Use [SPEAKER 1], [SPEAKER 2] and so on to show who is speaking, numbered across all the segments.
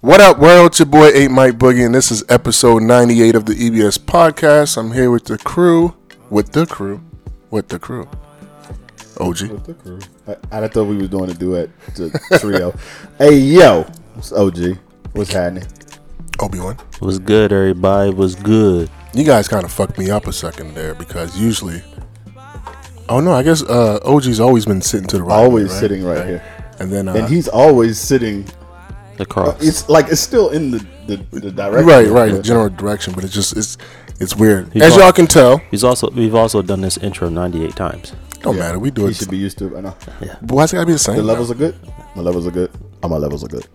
[SPEAKER 1] What up, world? It's your boy 8 Mike Boogie, and this is episode 98 of the EBS podcast. I'm here with the crew, with the crew, with the crew. OG.
[SPEAKER 2] With the crew. I, I thought we were doing a duet to trio. hey, yo. It's OG. What's happening?
[SPEAKER 1] Obi-Wan.
[SPEAKER 3] Was good, everybody. Was good.
[SPEAKER 1] You guys kind of fucked me up a second there because usually. Oh, no, I guess uh, OG's always been sitting to the right.
[SPEAKER 2] Always sitting right here.
[SPEAKER 1] And then. Uh,
[SPEAKER 2] And he's always sitting.
[SPEAKER 3] Across.
[SPEAKER 2] It's like it's still in the, the, the direction.
[SPEAKER 1] Right, right, the
[SPEAKER 2] but
[SPEAKER 1] general direction, but it's just, it's it's weird.
[SPEAKER 3] He's
[SPEAKER 1] As
[SPEAKER 3] all-
[SPEAKER 1] y'all can tell,
[SPEAKER 3] He's also we've also done this intro 98 times.
[SPEAKER 1] don't matter. We do
[SPEAKER 2] He
[SPEAKER 1] it.
[SPEAKER 2] should be used to it. I know.
[SPEAKER 1] Why is it gotta be the same?
[SPEAKER 2] The levels are good. My levels are good. All my levels are good.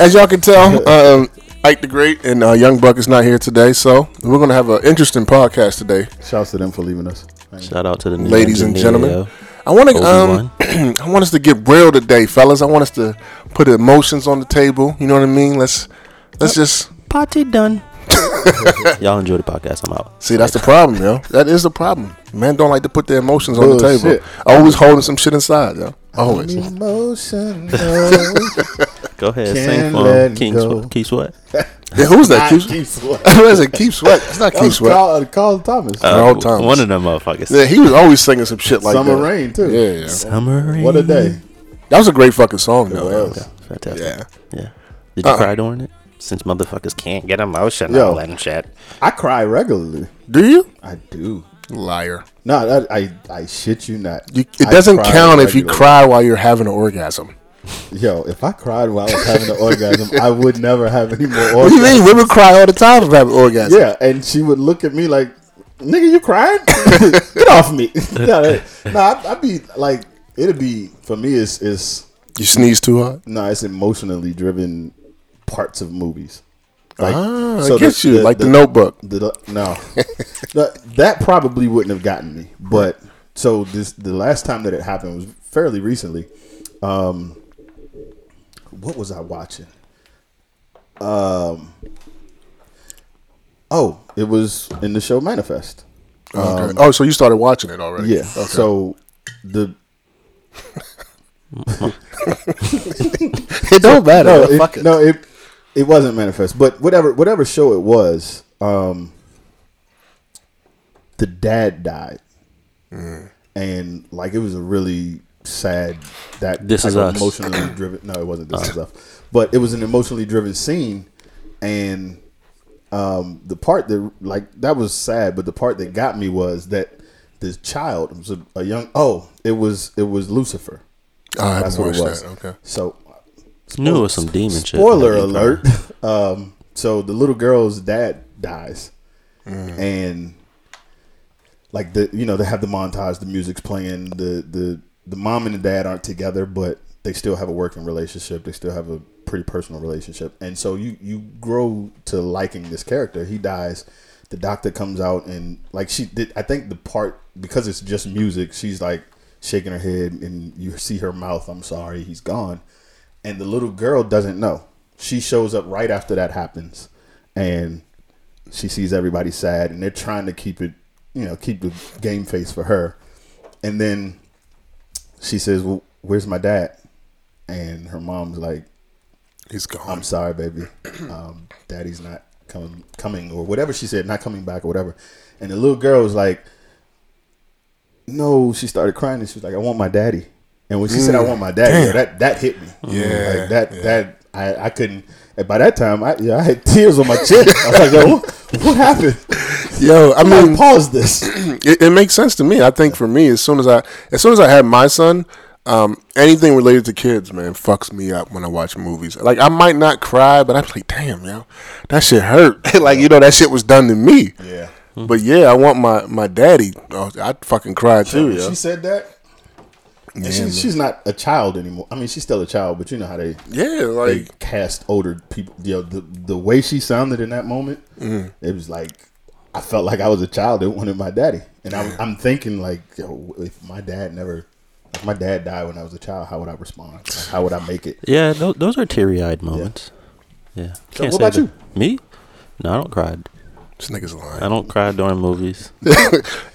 [SPEAKER 1] As y'all can tell, um, Ike the Great and uh, Young Buck is not here today, so we're gonna have an interesting podcast today,
[SPEAKER 2] Shouts to them for leaving us.
[SPEAKER 3] Shout out to the new
[SPEAKER 1] ladies and
[SPEAKER 3] engineer,
[SPEAKER 1] gentlemen. I want to, um,
[SPEAKER 3] Obi-Wan.
[SPEAKER 1] I want us to get real today, fellas. I want us to put emotions on the table. You know what I mean? Let's let's just
[SPEAKER 3] Party done. Y'all enjoy the podcast. I'm out.
[SPEAKER 1] see. That's the problem, yo. That is the problem. Men don't like to put their emotions on the
[SPEAKER 2] Bullshit.
[SPEAKER 1] table. Always holding some shit inside, yo. Always.
[SPEAKER 2] Emotional.
[SPEAKER 3] Go ahead,
[SPEAKER 2] Can't
[SPEAKER 3] sing for
[SPEAKER 2] let
[SPEAKER 3] him. King
[SPEAKER 2] go.
[SPEAKER 3] Swe- Key Sweat.
[SPEAKER 1] Yeah, who's that?
[SPEAKER 2] Not
[SPEAKER 1] Keep,
[SPEAKER 2] Keith Sweat.
[SPEAKER 1] Who is it? Keep sweat. It's not
[SPEAKER 2] Mm-hmm. That
[SPEAKER 1] Keep
[SPEAKER 2] was
[SPEAKER 1] sweat.
[SPEAKER 2] Carl, Carl Thomas.
[SPEAKER 1] Earl
[SPEAKER 3] Uh,
[SPEAKER 1] Thomas.
[SPEAKER 3] One of them motherfuckers.
[SPEAKER 1] Yeah, he was always singing some shit like
[SPEAKER 2] Summer
[SPEAKER 1] that.
[SPEAKER 2] Rain, too.
[SPEAKER 1] Yeah, yeah.
[SPEAKER 3] Summer.
[SPEAKER 2] What a
[SPEAKER 3] rain.
[SPEAKER 2] day.
[SPEAKER 1] That was a great fucking song, though. yo.
[SPEAKER 2] What else?
[SPEAKER 3] Fantastic.
[SPEAKER 1] Yeah.
[SPEAKER 3] Yeah. Did you
[SPEAKER 1] Uh-uh.
[SPEAKER 3] cry during it? Since motherfuckers can't get
[SPEAKER 2] Yo.
[SPEAKER 3] emotional and shit.
[SPEAKER 2] I cry regularly.
[SPEAKER 1] Do you?
[SPEAKER 2] I do.
[SPEAKER 1] Liar.
[SPEAKER 2] No, that, I I shit you not.
[SPEAKER 1] You, it
[SPEAKER 2] I
[SPEAKER 1] doesn't
[SPEAKER 2] cry
[SPEAKER 1] count if you
[SPEAKER 2] regularly.
[SPEAKER 1] cry while you're having an orgasm.
[SPEAKER 2] Yo, if I cried while I was having an orgasm, I would never have any more
[SPEAKER 1] What do you
[SPEAKER 2] orgasms.
[SPEAKER 1] mean? Women cry all the time for having orgasm.
[SPEAKER 2] Yeah, and she would look at me like, "Nigga, you crying? Get off me!" no, that- no, I, I'd be like, it'd be for me. It's it's
[SPEAKER 1] You sneeze too hard.
[SPEAKER 2] no, it's emotionally driven parts of movies. Like,
[SPEAKER 1] Ah, I
[SPEAKER 2] so
[SPEAKER 1] get you. like the, Notebook.
[SPEAKER 2] The, no, No, that probably wouldn't have gotten me. But so this the last time that it happened was fairly recently. Um, what was I watching? Um, oh, it was in the show Manifest.
[SPEAKER 1] Okay. oh, so you started watching it already?
[SPEAKER 2] Yeah.
[SPEAKER 1] Okay.
[SPEAKER 2] So the
[SPEAKER 1] it don't matter.
[SPEAKER 2] no,
[SPEAKER 1] Fuck
[SPEAKER 2] it,
[SPEAKER 1] it.
[SPEAKER 2] no, it it wasn't Manifest, but whatever whatever show it was, um, the dad died, and like it was a really sad that
[SPEAKER 3] This
[SPEAKER 2] type
[SPEAKER 3] Is
[SPEAKER 2] of
[SPEAKER 3] Us.
[SPEAKER 2] emotionally driven. No, it wasn't this is us, but it was an emotionally driven scene, and um, the part that like that was sad, but the part that got me was that this child it was a, a young oh it was it was Lucifer.
[SPEAKER 1] Oh, I haven't
[SPEAKER 2] That's what it
[SPEAKER 1] watched
[SPEAKER 2] was.
[SPEAKER 1] that. Okay.
[SPEAKER 2] So
[SPEAKER 3] Knew it was some demon shit.
[SPEAKER 2] Spoiler
[SPEAKER 3] Like, uh,
[SPEAKER 2] alert. Um, so the little girl's dad dies, and like the you know they have the montage, the music's playing, the the the mom and the dad aren't together, but they still have a working relationship. They still have a pretty personal relationship, and so you you grow to liking this character. He dies. The doctor comes out and like she did. I think the part because it's just music. She's like shaking her head, and you see her mouth. I'm sorry, he's gone and the little girl doesn't know. She shows up right after that happens, and she sees everybody sad, and they're trying to keep it, you know, keep the game face for her. And then she says, "Well, where's my dad?" And her mom's like,
[SPEAKER 1] He's gone.
[SPEAKER 2] I'm sorry, baby. Um, daddy's not coming, coming, or whatever she said, not coming back, or whatever. And the little girl was like, "No," she started crying, and she was like, "I want my daddy." And when she said, "I want my daddy,"
[SPEAKER 1] Damn.
[SPEAKER 2] yo, that that hit me.
[SPEAKER 1] Mm. Yeah,
[SPEAKER 2] like that that I, I couldn't. And by that time, I yeah, I had tears on my chin. I was like, "Yo, what, what happened?"
[SPEAKER 1] Yo, I
[SPEAKER 2] I
[SPEAKER 1] mean,
[SPEAKER 2] paused this.
[SPEAKER 1] it, it makes sense to me. I think for me, as soon as I as soon as I had my son, um, anything related to kids, man, fucks me up when I watch movies. Like I might not cry, but I'm like, damn, yo, that shit hurt. like you know, that shit was done to me.
[SPEAKER 2] Yeah.
[SPEAKER 3] Hmm.
[SPEAKER 1] But yeah, I want my my daddy. Oh, I fucking cried too, yo.
[SPEAKER 2] She said that. And she, she's not a child anymore. I mean, she's still a child, but you know how they
[SPEAKER 1] Yeah,
[SPEAKER 2] they
[SPEAKER 1] like
[SPEAKER 2] cast older people. You know, the the way she sounded in that moment, it was like I felt like I was a child that wanted my daddy, and I'm, I'm thinking like, yo, if my dad never, if my dad died when I was a child, how would I respond? Like, how would I make it?
[SPEAKER 3] Yeah, tho- those are teary eyed moments. Yeah. Can't
[SPEAKER 2] what
[SPEAKER 3] say
[SPEAKER 2] about
[SPEAKER 3] that-
[SPEAKER 2] you?
[SPEAKER 3] Me? No, I don't cry.
[SPEAKER 1] this nigga's lying.
[SPEAKER 3] I don't cry during movies.
[SPEAKER 1] You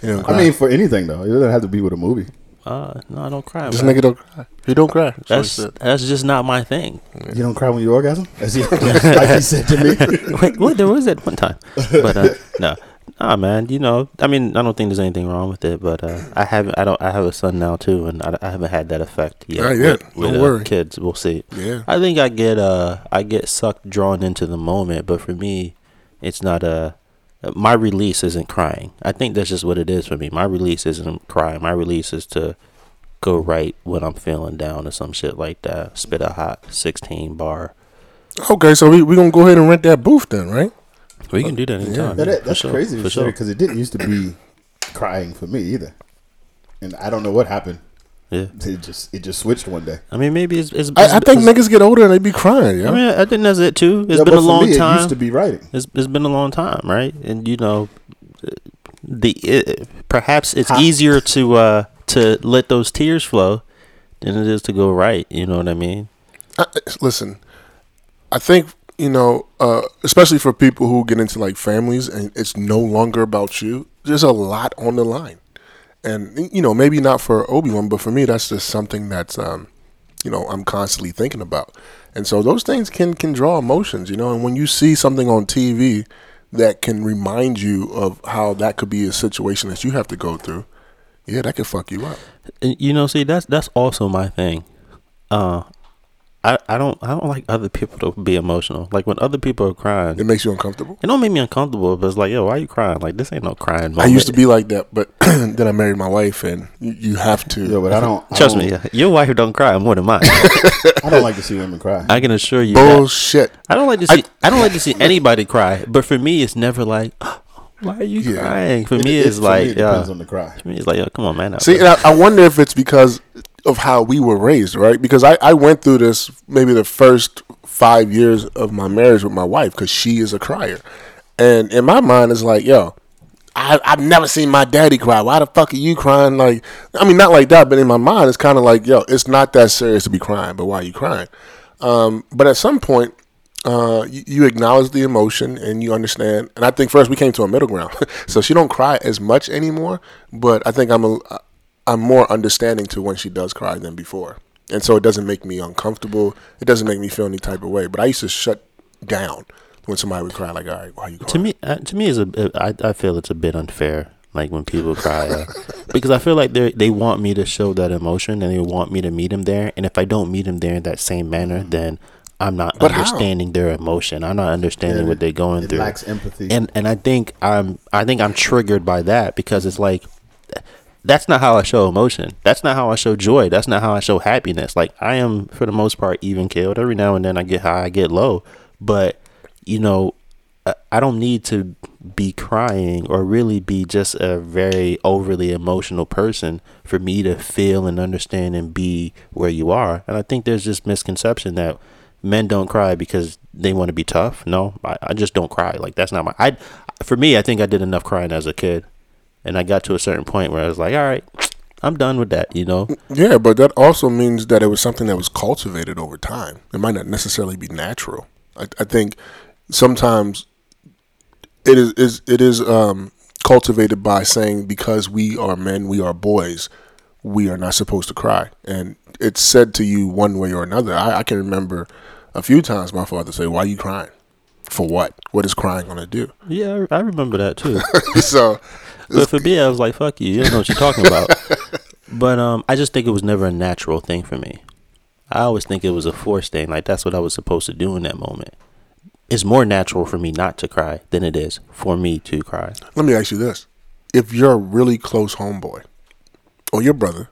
[SPEAKER 1] know,
[SPEAKER 2] I mean, for anything though, it doesn't have to be with a movie.
[SPEAKER 3] Uh, no, I don't cry.
[SPEAKER 1] This
[SPEAKER 3] bro.
[SPEAKER 1] nigga don't cry. He don't cry. So
[SPEAKER 3] that's
[SPEAKER 1] he said.
[SPEAKER 3] that's just not my thing.
[SPEAKER 2] You don't cry when you orgasm? As he, like he said to me.
[SPEAKER 3] Wait, what? There was that one time, but uh, no, nah, man. You know, I mean, I don't think there's anything wrong with it, but uh, I haven't. I don't. I have a son now too, and I, I haven't had that effect yet.
[SPEAKER 1] Not yet.
[SPEAKER 3] With, with,
[SPEAKER 1] Don't
[SPEAKER 3] uh,
[SPEAKER 1] worry.
[SPEAKER 3] kids. We'll see.
[SPEAKER 1] Yeah.
[SPEAKER 3] I think I get uh I get sucked drawn into the moment, but for me, it's not a my release isn't crying. I think that's just what it is for me. My release isn't crying. My release is to go write when I'm feeling down or some shit like that. Spit a hot sixteen bar.
[SPEAKER 1] Okay, so we we gonna go ahead and rent that booth then, right?
[SPEAKER 3] We can do that anytime.
[SPEAKER 2] Now that-
[SPEAKER 3] for
[SPEAKER 2] that's
[SPEAKER 3] sure,
[SPEAKER 2] crazy
[SPEAKER 3] for sure.
[SPEAKER 2] because it didn't used to be crying for me either. And I don't know what happened.
[SPEAKER 3] Yeah.
[SPEAKER 2] It just it just switched one day.
[SPEAKER 3] I mean, maybe it's. it's,
[SPEAKER 1] I, I think
[SPEAKER 3] it's-
[SPEAKER 1] niggas get older and they be crying.
[SPEAKER 3] I
[SPEAKER 1] Yeah.
[SPEAKER 3] mean, I think that's it too. It's
[SPEAKER 2] Yeah, but
[SPEAKER 3] been a
[SPEAKER 2] for
[SPEAKER 3] long
[SPEAKER 2] me, It
[SPEAKER 3] time.
[SPEAKER 2] used to be writing.
[SPEAKER 3] it's, it's been a long time, right? And you know, the it, perhaps it's
[SPEAKER 2] Ha.
[SPEAKER 3] easier to uh to let those tears flow than it is to go right. You know what I mean?
[SPEAKER 1] I, listen, I think you know, uh, especially for people who get into like families and it's no longer about you. There's a lot on the line, and you know, maybe not for Obi Wan, but for me, that's just something that's um, you know, I'm constantly thinking about, and so those things can can draw emotions, you know. And when you see something on TV that can remind you of how that could be a situation that you have to go through, yeah, that could fuck you up.
[SPEAKER 3] And, you know, see, that's that's also my thing. Uh, I I don't I don't like other people to be emotional. Like when other people are crying,
[SPEAKER 1] It makes you uncomfortable.
[SPEAKER 3] it don't make me uncomfortable. But it's like, yo, why you crying? Like this ain't no crying. Moment.
[SPEAKER 1] I used to be like that, but then I married my wife, and you, you have to.
[SPEAKER 2] Yeah, but I don't I
[SPEAKER 3] Trust
[SPEAKER 2] don't-
[SPEAKER 3] me,
[SPEAKER 1] Oh.
[SPEAKER 3] yeah, your wife don't cry more than mine.
[SPEAKER 2] I don't like to see women cry.
[SPEAKER 3] I can assure you. that.
[SPEAKER 1] Bullshit.
[SPEAKER 3] I don't like to
[SPEAKER 1] I-
[SPEAKER 3] see. I, don't like to see anybody cry. But for me, it's never like, why are you
[SPEAKER 1] Yeah.
[SPEAKER 3] crying? For me,
[SPEAKER 2] It- it-
[SPEAKER 3] it's
[SPEAKER 2] for
[SPEAKER 3] like,
[SPEAKER 2] it
[SPEAKER 3] yeah.
[SPEAKER 2] depends on the cry.
[SPEAKER 3] For me, it's like, yo, come on, man.
[SPEAKER 1] See, and I, I wonder if it's because of how we were raised, right? Because I, I went through this maybe the first five years of my marriage with my wife because she is a crier. And in my mind, it's like, yo, I, I've never seen my daddy cry. Why the fuck are you crying? Like, I mean, not like that, but in my mind, it's kind of like, yo, it's not that serious to be crying, but why are you crying? Um, but at some point, uh, you, you acknowledge the emotion and you understand. And I think first we came to a middle ground, so she don't cry as much anymore. But I think I'm a, I'm more understanding to when she does cry than before, and so it doesn't make me uncomfortable. It doesn't make me feel any type of way. But I used to shut down when somebody would cry. Like, all right, why you crying?
[SPEAKER 3] to me, uh, to me, is a. I, I feel it's a bit unfair. Like when people cry, uh, because I feel like they they want me to show that emotion and they want me to meet them there. And if I don't meet them there in that same manner,
[SPEAKER 2] Mm-hmm.
[SPEAKER 3] then I'm not
[SPEAKER 1] But how?
[SPEAKER 3] understanding their emotion. I'm not understanding
[SPEAKER 2] Yeah,
[SPEAKER 3] what they're going
[SPEAKER 2] It
[SPEAKER 3] through.
[SPEAKER 2] lacks empathy.
[SPEAKER 3] and and I think I'm I think I'm triggered by that because it's like that's not how I show emotion. That's not how I show joy. That's not how I show happiness. Like I am for the most part even killed. Every now and then I get high, I get low, but you know I- I don't need to be crying or really be just a very overly emotional person for me to feel and understand and be where you are. And I think there's this misconception that men don't cry because they want to be tough. No, I, I just don't cry. Like that's not my. I for me, I think I did enough crying as a kid, and I got to a certain point where I was like, all right, I'm done with that. You know,
[SPEAKER 1] Yeah, but that also means that it was something that was cultivated over time. It might not necessarily be natural. I, I think sometimes it is, is it is um, cultivated by saying because we are men, we are boys, we are not supposed to cry, and it's said to you one way or another. I, I can remember a few times my father say, "Why are you crying? For what? What is crying going to do?"
[SPEAKER 3] yeah, I, I remember that too.
[SPEAKER 1] so
[SPEAKER 3] But for me, I was like, "Fuck you! You don't know what you're talking about." but um, I just think it was never a natural thing for me. I always think it was a forced thing. Like that's what I was supposed to do in that moment. It's more natural for me not to cry than it is for me to cry.
[SPEAKER 1] Let me ask you this: If your really close homeboy or your brother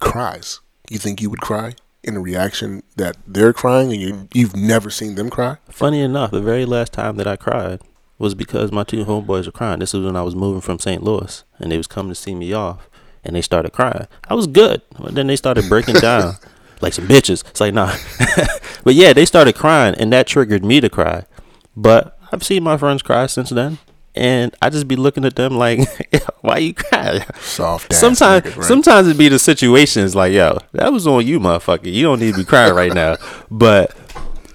[SPEAKER 1] cries, you think you would cry in a reaction that they're crying and you you've never seen them cry?
[SPEAKER 3] Funny enough, the very last time that I cried was because my two homeboys were crying. This was when I was moving from St. Louis, and they was coming to see me off, and they started crying. I was good, but then they started breaking down like some bitches. It's like nah, but yeah, they started crying, and that triggered me to cry. But I've seen my friends cry since then, and I just be looking at them like, why you crying?
[SPEAKER 1] Soft. ass
[SPEAKER 3] sometimes
[SPEAKER 1] niggas, right?
[SPEAKER 3] sometimes it be the situations like yo that was on you motherfucker you don't need to be crying right now but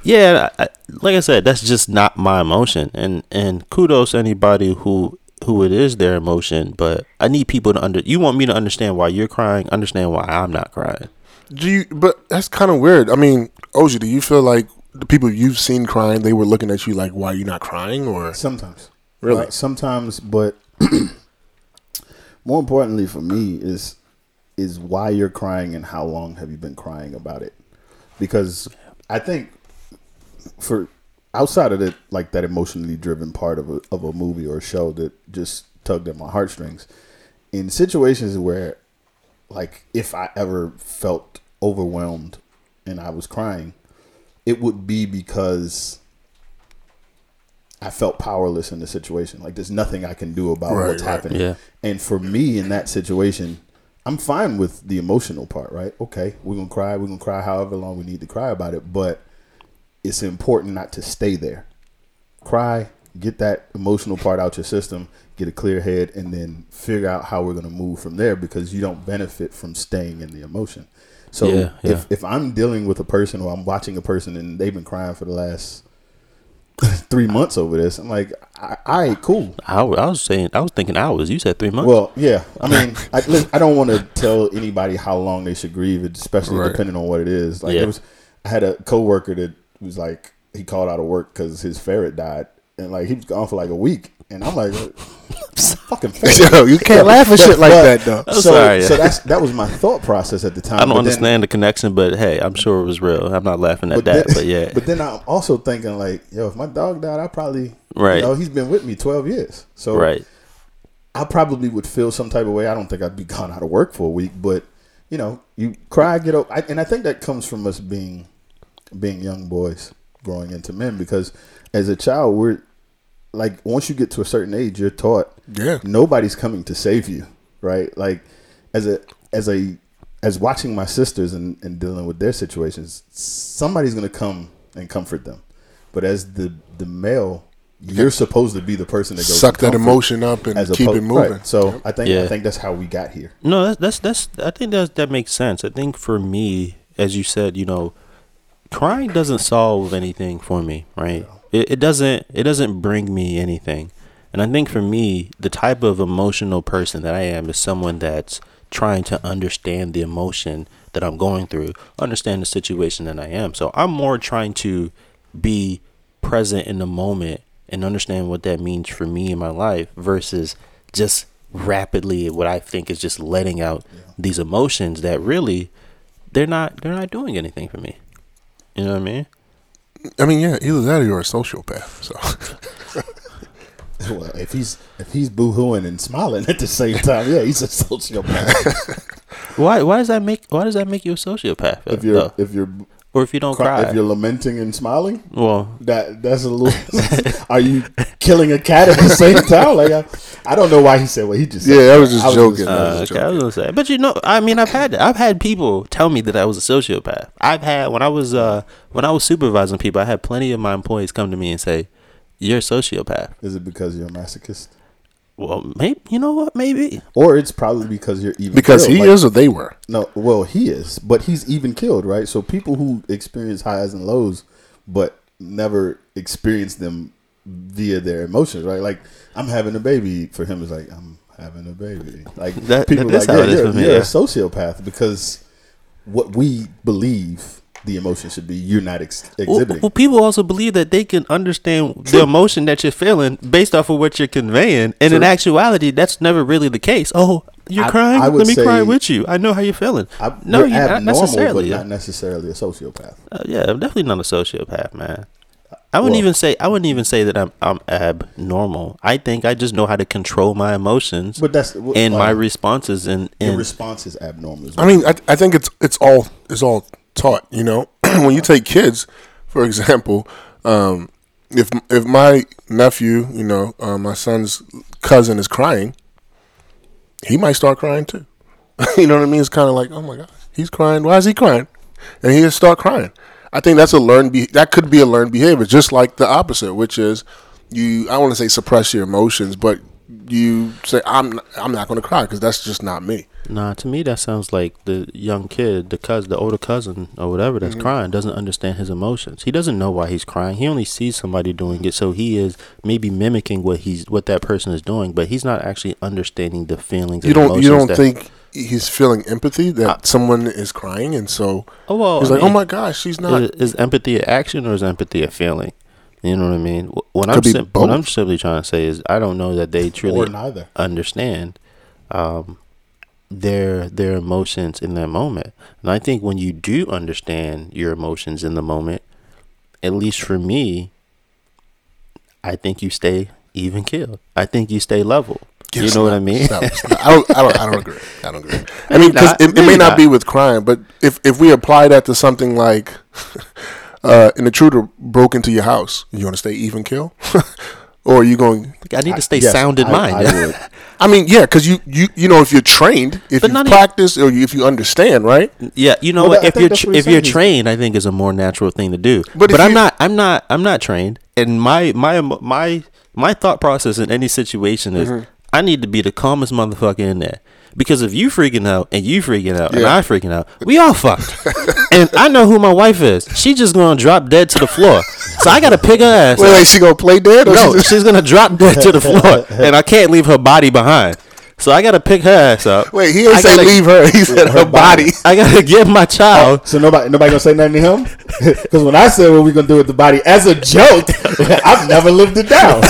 [SPEAKER 3] yeah I, like i said that's just not my emotion and and kudos to anybody who who it is their emotion, but I need people to under. You want me to understand why you're crying? Understand why I'm not crying?
[SPEAKER 1] Do you? But that's kind of weird. I mean, Oji, do you feel like the people you've seen crying, they were looking at you like, "Why are you not crying?" Or
[SPEAKER 2] Sometimes,
[SPEAKER 1] Really?
[SPEAKER 2] Like, sometimes, but more importantly for me is is why you're crying and how long have you been crying about it? Because I think for outside of the like that emotionally driven part of a, of a movie or a show that just tugged at my heartstrings, in situations where like if I ever felt overwhelmed and I was crying, it would be because I felt powerless in the situation. Like there's nothing I can do about
[SPEAKER 1] Right,
[SPEAKER 2] what's
[SPEAKER 1] right.
[SPEAKER 2] happening.
[SPEAKER 3] Yeah.
[SPEAKER 2] And for me in that situation, I'm fine with the emotional part, right? Okay, we're gonna cry, we're gonna cry however long we need to cry about it, but it's important not to stay there. Cry, get that emotional part out your system, get a clear head, and then figure out how we're going to move from there because you don't benefit from staying in the emotion. So
[SPEAKER 3] Yeah, yeah.
[SPEAKER 2] If, if I'm dealing with a person or I'm watching a person and they've been crying for the last three months over this, I'm like, I, all right, cool.
[SPEAKER 3] I, w- I was saying I was thinking hours. You said three months.
[SPEAKER 2] Well, yeah. I mean, I, listen, I don't want to tell anybody how long they should grieve, especially
[SPEAKER 1] Right.
[SPEAKER 2] depending on what it is. Like,
[SPEAKER 3] Yeah.
[SPEAKER 2] there was, I had a coworker that was like, he called out of work because his ferret died, and like he was gone for like a week, and I'm like, fucking ferret.
[SPEAKER 1] Yo, you can't laugh at shit like
[SPEAKER 2] But-
[SPEAKER 1] that, though.
[SPEAKER 3] I'm
[SPEAKER 2] So,
[SPEAKER 3] sorry.
[SPEAKER 2] so that's that was my thought process at the time.
[SPEAKER 3] I don't
[SPEAKER 2] but then-
[SPEAKER 3] understand the connection, but hey, I'm sure it was real. I'm not laughing at
[SPEAKER 2] but
[SPEAKER 3] that,
[SPEAKER 2] then-
[SPEAKER 3] but yeah,
[SPEAKER 2] But then I'm also thinking like, yo, if my dog died, I probably
[SPEAKER 3] Right.
[SPEAKER 2] You know, he's been with me 12 years, so
[SPEAKER 3] right.
[SPEAKER 2] I probably would feel some type of way. I don't think I'd be gone out of work for a week, but you know, you cry, get up, I, and I think that comes from us being being young boys growing into men because as a child, we're like once you get to a certain age, you're taught
[SPEAKER 1] Yeah.
[SPEAKER 2] nobody's coming to save you, right? Like as a as a as watching my sisters and, and dealing with their situations, somebody's gonna come and comfort them. But as the the male, you're supposed to be the person that goes
[SPEAKER 1] Suck that
[SPEAKER 2] and comfort
[SPEAKER 1] emotion up and
[SPEAKER 2] as
[SPEAKER 1] keep
[SPEAKER 2] oppo-
[SPEAKER 1] it moving.
[SPEAKER 2] Right. So I think
[SPEAKER 3] Yeah.
[SPEAKER 2] I think that's how we got here.
[SPEAKER 3] No, that's that's that's. I think that that makes sense. I think for me, as you said, you know, crying doesn't solve anything for me, right? It, it doesn't. It doesn't bring me anything. And I think for me, the type of emotional person that I am is someone that's trying to understand the emotion that I'm going through, understand the situation that I am. So I'm more trying to be present in the moment and understand what that means for me in my life versus just rapidly what I think is just letting out these emotions that really they're not they're not doing anything for me. You know what I mean?
[SPEAKER 1] I mean, yeah, either that or you're a sociopath. So
[SPEAKER 2] Well, if he's if he's boohooing and smiling at the same time, yeah, he's a sociopath.
[SPEAKER 3] Why why does that make why does that make you a sociopath?
[SPEAKER 2] if you're
[SPEAKER 3] though?
[SPEAKER 2] if you're
[SPEAKER 3] or if you don't
[SPEAKER 2] cry,
[SPEAKER 3] cry,
[SPEAKER 2] if you're lamenting and smiling,
[SPEAKER 3] well,
[SPEAKER 2] that that's a little. are you killing a cat at the same time? Like I, I don't know why he said what he just said.
[SPEAKER 1] Yeah, I was just joking.
[SPEAKER 2] I was
[SPEAKER 3] uh,
[SPEAKER 1] just
[SPEAKER 3] okay, I was gonna say, but you know, I mean, I've had I've had people tell me that I was a sociopath. I've had when I was uh when I was supervising people, I had plenty of my employees come to me and say, "You're a sociopath."
[SPEAKER 2] Is it because you're a masochist,
[SPEAKER 3] Well, maybe you know what? Maybe
[SPEAKER 2] or it's probably because you're even
[SPEAKER 1] because
[SPEAKER 2] killed,
[SPEAKER 1] he
[SPEAKER 2] like-
[SPEAKER 1] is or they were.
[SPEAKER 2] No, well, he is, but he's even killed, right? So people who experience highs and lows, but never experience them via their emotions, right? Like I'm having a baby. For him, it's like I'm having a baby. Like
[SPEAKER 3] That-
[SPEAKER 2] people
[SPEAKER 3] that's
[SPEAKER 2] are
[SPEAKER 3] how
[SPEAKER 2] like,
[SPEAKER 3] it
[SPEAKER 2] yeah,
[SPEAKER 3] is
[SPEAKER 2] you're,
[SPEAKER 3] for me,
[SPEAKER 2] you're
[SPEAKER 3] yeah.
[SPEAKER 2] a sociopath because what we believe the emotion should be, you're not ex-
[SPEAKER 3] Well,
[SPEAKER 2] exhibiting.
[SPEAKER 3] well, people also believe that they can understand the emotion that you're feeling based off of what you're conveying, and in actuality, that's never really the case. Oh, you're
[SPEAKER 2] I-
[SPEAKER 3] crying.
[SPEAKER 2] I would
[SPEAKER 3] Let me cry
[SPEAKER 2] say-
[SPEAKER 3] with you. I know how you're feeling.
[SPEAKER 2] I,
[SPEAKER 3] no,
[SPEAKER 2] we're
[SPEAKER 3] you're not
[SPEAKER 2] abnormal,
[SPEAKER 3] necessarily.
[SPEAKER 2] but not necessarily a sociopath.
[SPEAKER 3] Uh, yeah, I'm definitely not a sociopath, man. I wouldn't
[SPEAKER 2] Well-
[SPEAKER 3] even say I wouldn't even say that I'm I'm abnormal. I think I just know how to control my emotions
[SPEAKER 2] But that's well,
[SPEAKER 3] and my
[SPEAKER 2] like,
[SPEAKER 3] responses and,
[SPEAKER 2] your
[SPEAKER 3] and
[SPEAKER 2] response is abnormal. As well.
[SPEAKER 1] I mean, I, I think it's it's all it's all taught. You know, when you take kids, for example, um, if if my nephew, you know, uh, my son's cousin is crying, he might start crying too. you know what I mean? It's kind of like, oh my god, he's crying. Why is he crying? And he just start crying. I think that's a learned be- that could be a learned behavior, just like the opposite, which is you. I want to say suppress your emotions, but you say I'm I'm not going to cry because that's just not me.
[SPEAKER 3] Nah, to me that sounds like the young kid, the cousin, the older cousin or whatever
[SPEAKER 1] Mm-hmm.
[SPEAKER 3] that's crying doesn't understand his emotions. He doesn't know why he's crying. He only sees somebody doing it, so he is maybe mimicking what he's what that person is doing, but he's not actually understanding the feelings.
[SPEAKER 1] You
[SPEAKER 3] and
[SPEAKER 1] don't you don't
[SPEAKER 3] emotions that-
[SPEAKER 1] think he's feeling empathy that someone is crying and so
[SPEAKER 3] Oh well,
[SPEAKER 1] he's
[SPEAKER 3] I
[SPEAKER 1] like, oh
[SPEAKER 3] mean,
[SPEAKER 1] my gosh, she's not.
[SPEAKER 3] is, is empathy an action or is empathy a feeling? You know what I mean? Wh- What I'm
[SPEAKER 1] Could be
[SPEAKER 3] sim- what
[SPEAKER 1] both.
[SPEAKER 3] I'm simply trying to say is I don't know that they
[SPEAKER 2] or
[SPEAKER 3] truly
[SPEAKER 2] neither.
[SPEAKER 3] understand um, their their emotions in that moment. And I think when you do understand your emotions in the moment, at least for me, I think you stay even killed. I think you stay level.
[SPEAKER 1] Give
[SPEAKER 3] you
[SPEAKER 1] us
[SPEAKER 3] know what
[SPEAKER 1] that.
[SPEAKER 3] I mean?
[SPEAKER 1] Stop, stop. I don't. I don't. I don't agree. I don't agree. I mean,
[SPEAKER 3] Maybe
[SPEAKER 1] because
[SPEAKER 3] not.
[SPEAKER 1] it, it may
[SPEAKER 3] Maybe
[SPEAKER 1] not
[SPEAKER 3] not.
[SPEAKER 1] be with crime, but if if we apply that to something like uh, an intruder broke into your house, you want to stay even kill, or are you going?
[SPEAKER 3] I need to stay
[SPEAKER 2] Yes,
[SPEAKER 3] sound in
[SPEAKER 2] I-
[SPEAKER 3] mind.
[SPEAKER 2] I would.
[SPEAKER 1] I mean, yeah, because you you you know if you're trained, if
[SPEAKER 3] But
[SPEAKER 1] you
[SPEAKER 3] not e-
[SPEAKER 1] practice, or you, if you understand, right?
[SPEAKER 3] Yeah, you know
[SPEAKER 2] Well,
[SPEAKER 3] what?
[SPEAKER 2] I
[SPEAKER 3] If
[SPEAKER 2] think
[SPEAKER 3] you're
[SPEAKER 2] that's
[SPEAKER 3] tr-
[SPEAKER 2] what he's
[SPEAKER 3] if you're
[SPEAKER 2] saying.
[SPEAKER 3] trained, I think is a more natural thing to do.
[SPEAKER 1] But
[SPEAKER 3] But,
[SPEAKER 1] if
[SPEAKER 3] I'm
[SPEAKER 1] you-
[SPEAKER 3] not. I'm not. I'm not trained. And my my my my thought process in any situation is
[SPEAKER 1] Mm-hmm.
[SPEAKER 3] I need to be the calmest motherfucker in there. Because if you freaking out and you freaking out and
[SPEAKER 1] Yeah.
[SPEAKER 3] I freaking out, we all fucked. and I know who my wife is. She just gonna drop dead to the floor. So I gotta pick her ass.
[SPEAKER 1] Wait,
[SPEAKER 3] up.
[SPEAKER 1] wait, she gonna play dead? Or she
[SPEAKER 3] No,
[SPEAKER 1] just-
[SPEAKER 3] she's gonna drop dead to the floor, and I can't leave her body behind. So I gotta pick her ass up.
[SPEAKER 1] wait, he didn't
[SPEAKER 3] I
[SPEAKER 1] say
[SPEAKER 3] gotta-
[SPEAKER 1] leave her. He said her, body.
[SPEAKER 3] I gotta give my child
[SPEAKER 2] So nobody nobody gonna say nothing to him? Because when I said what we gonna do with the body as a joke, I've never lived it down.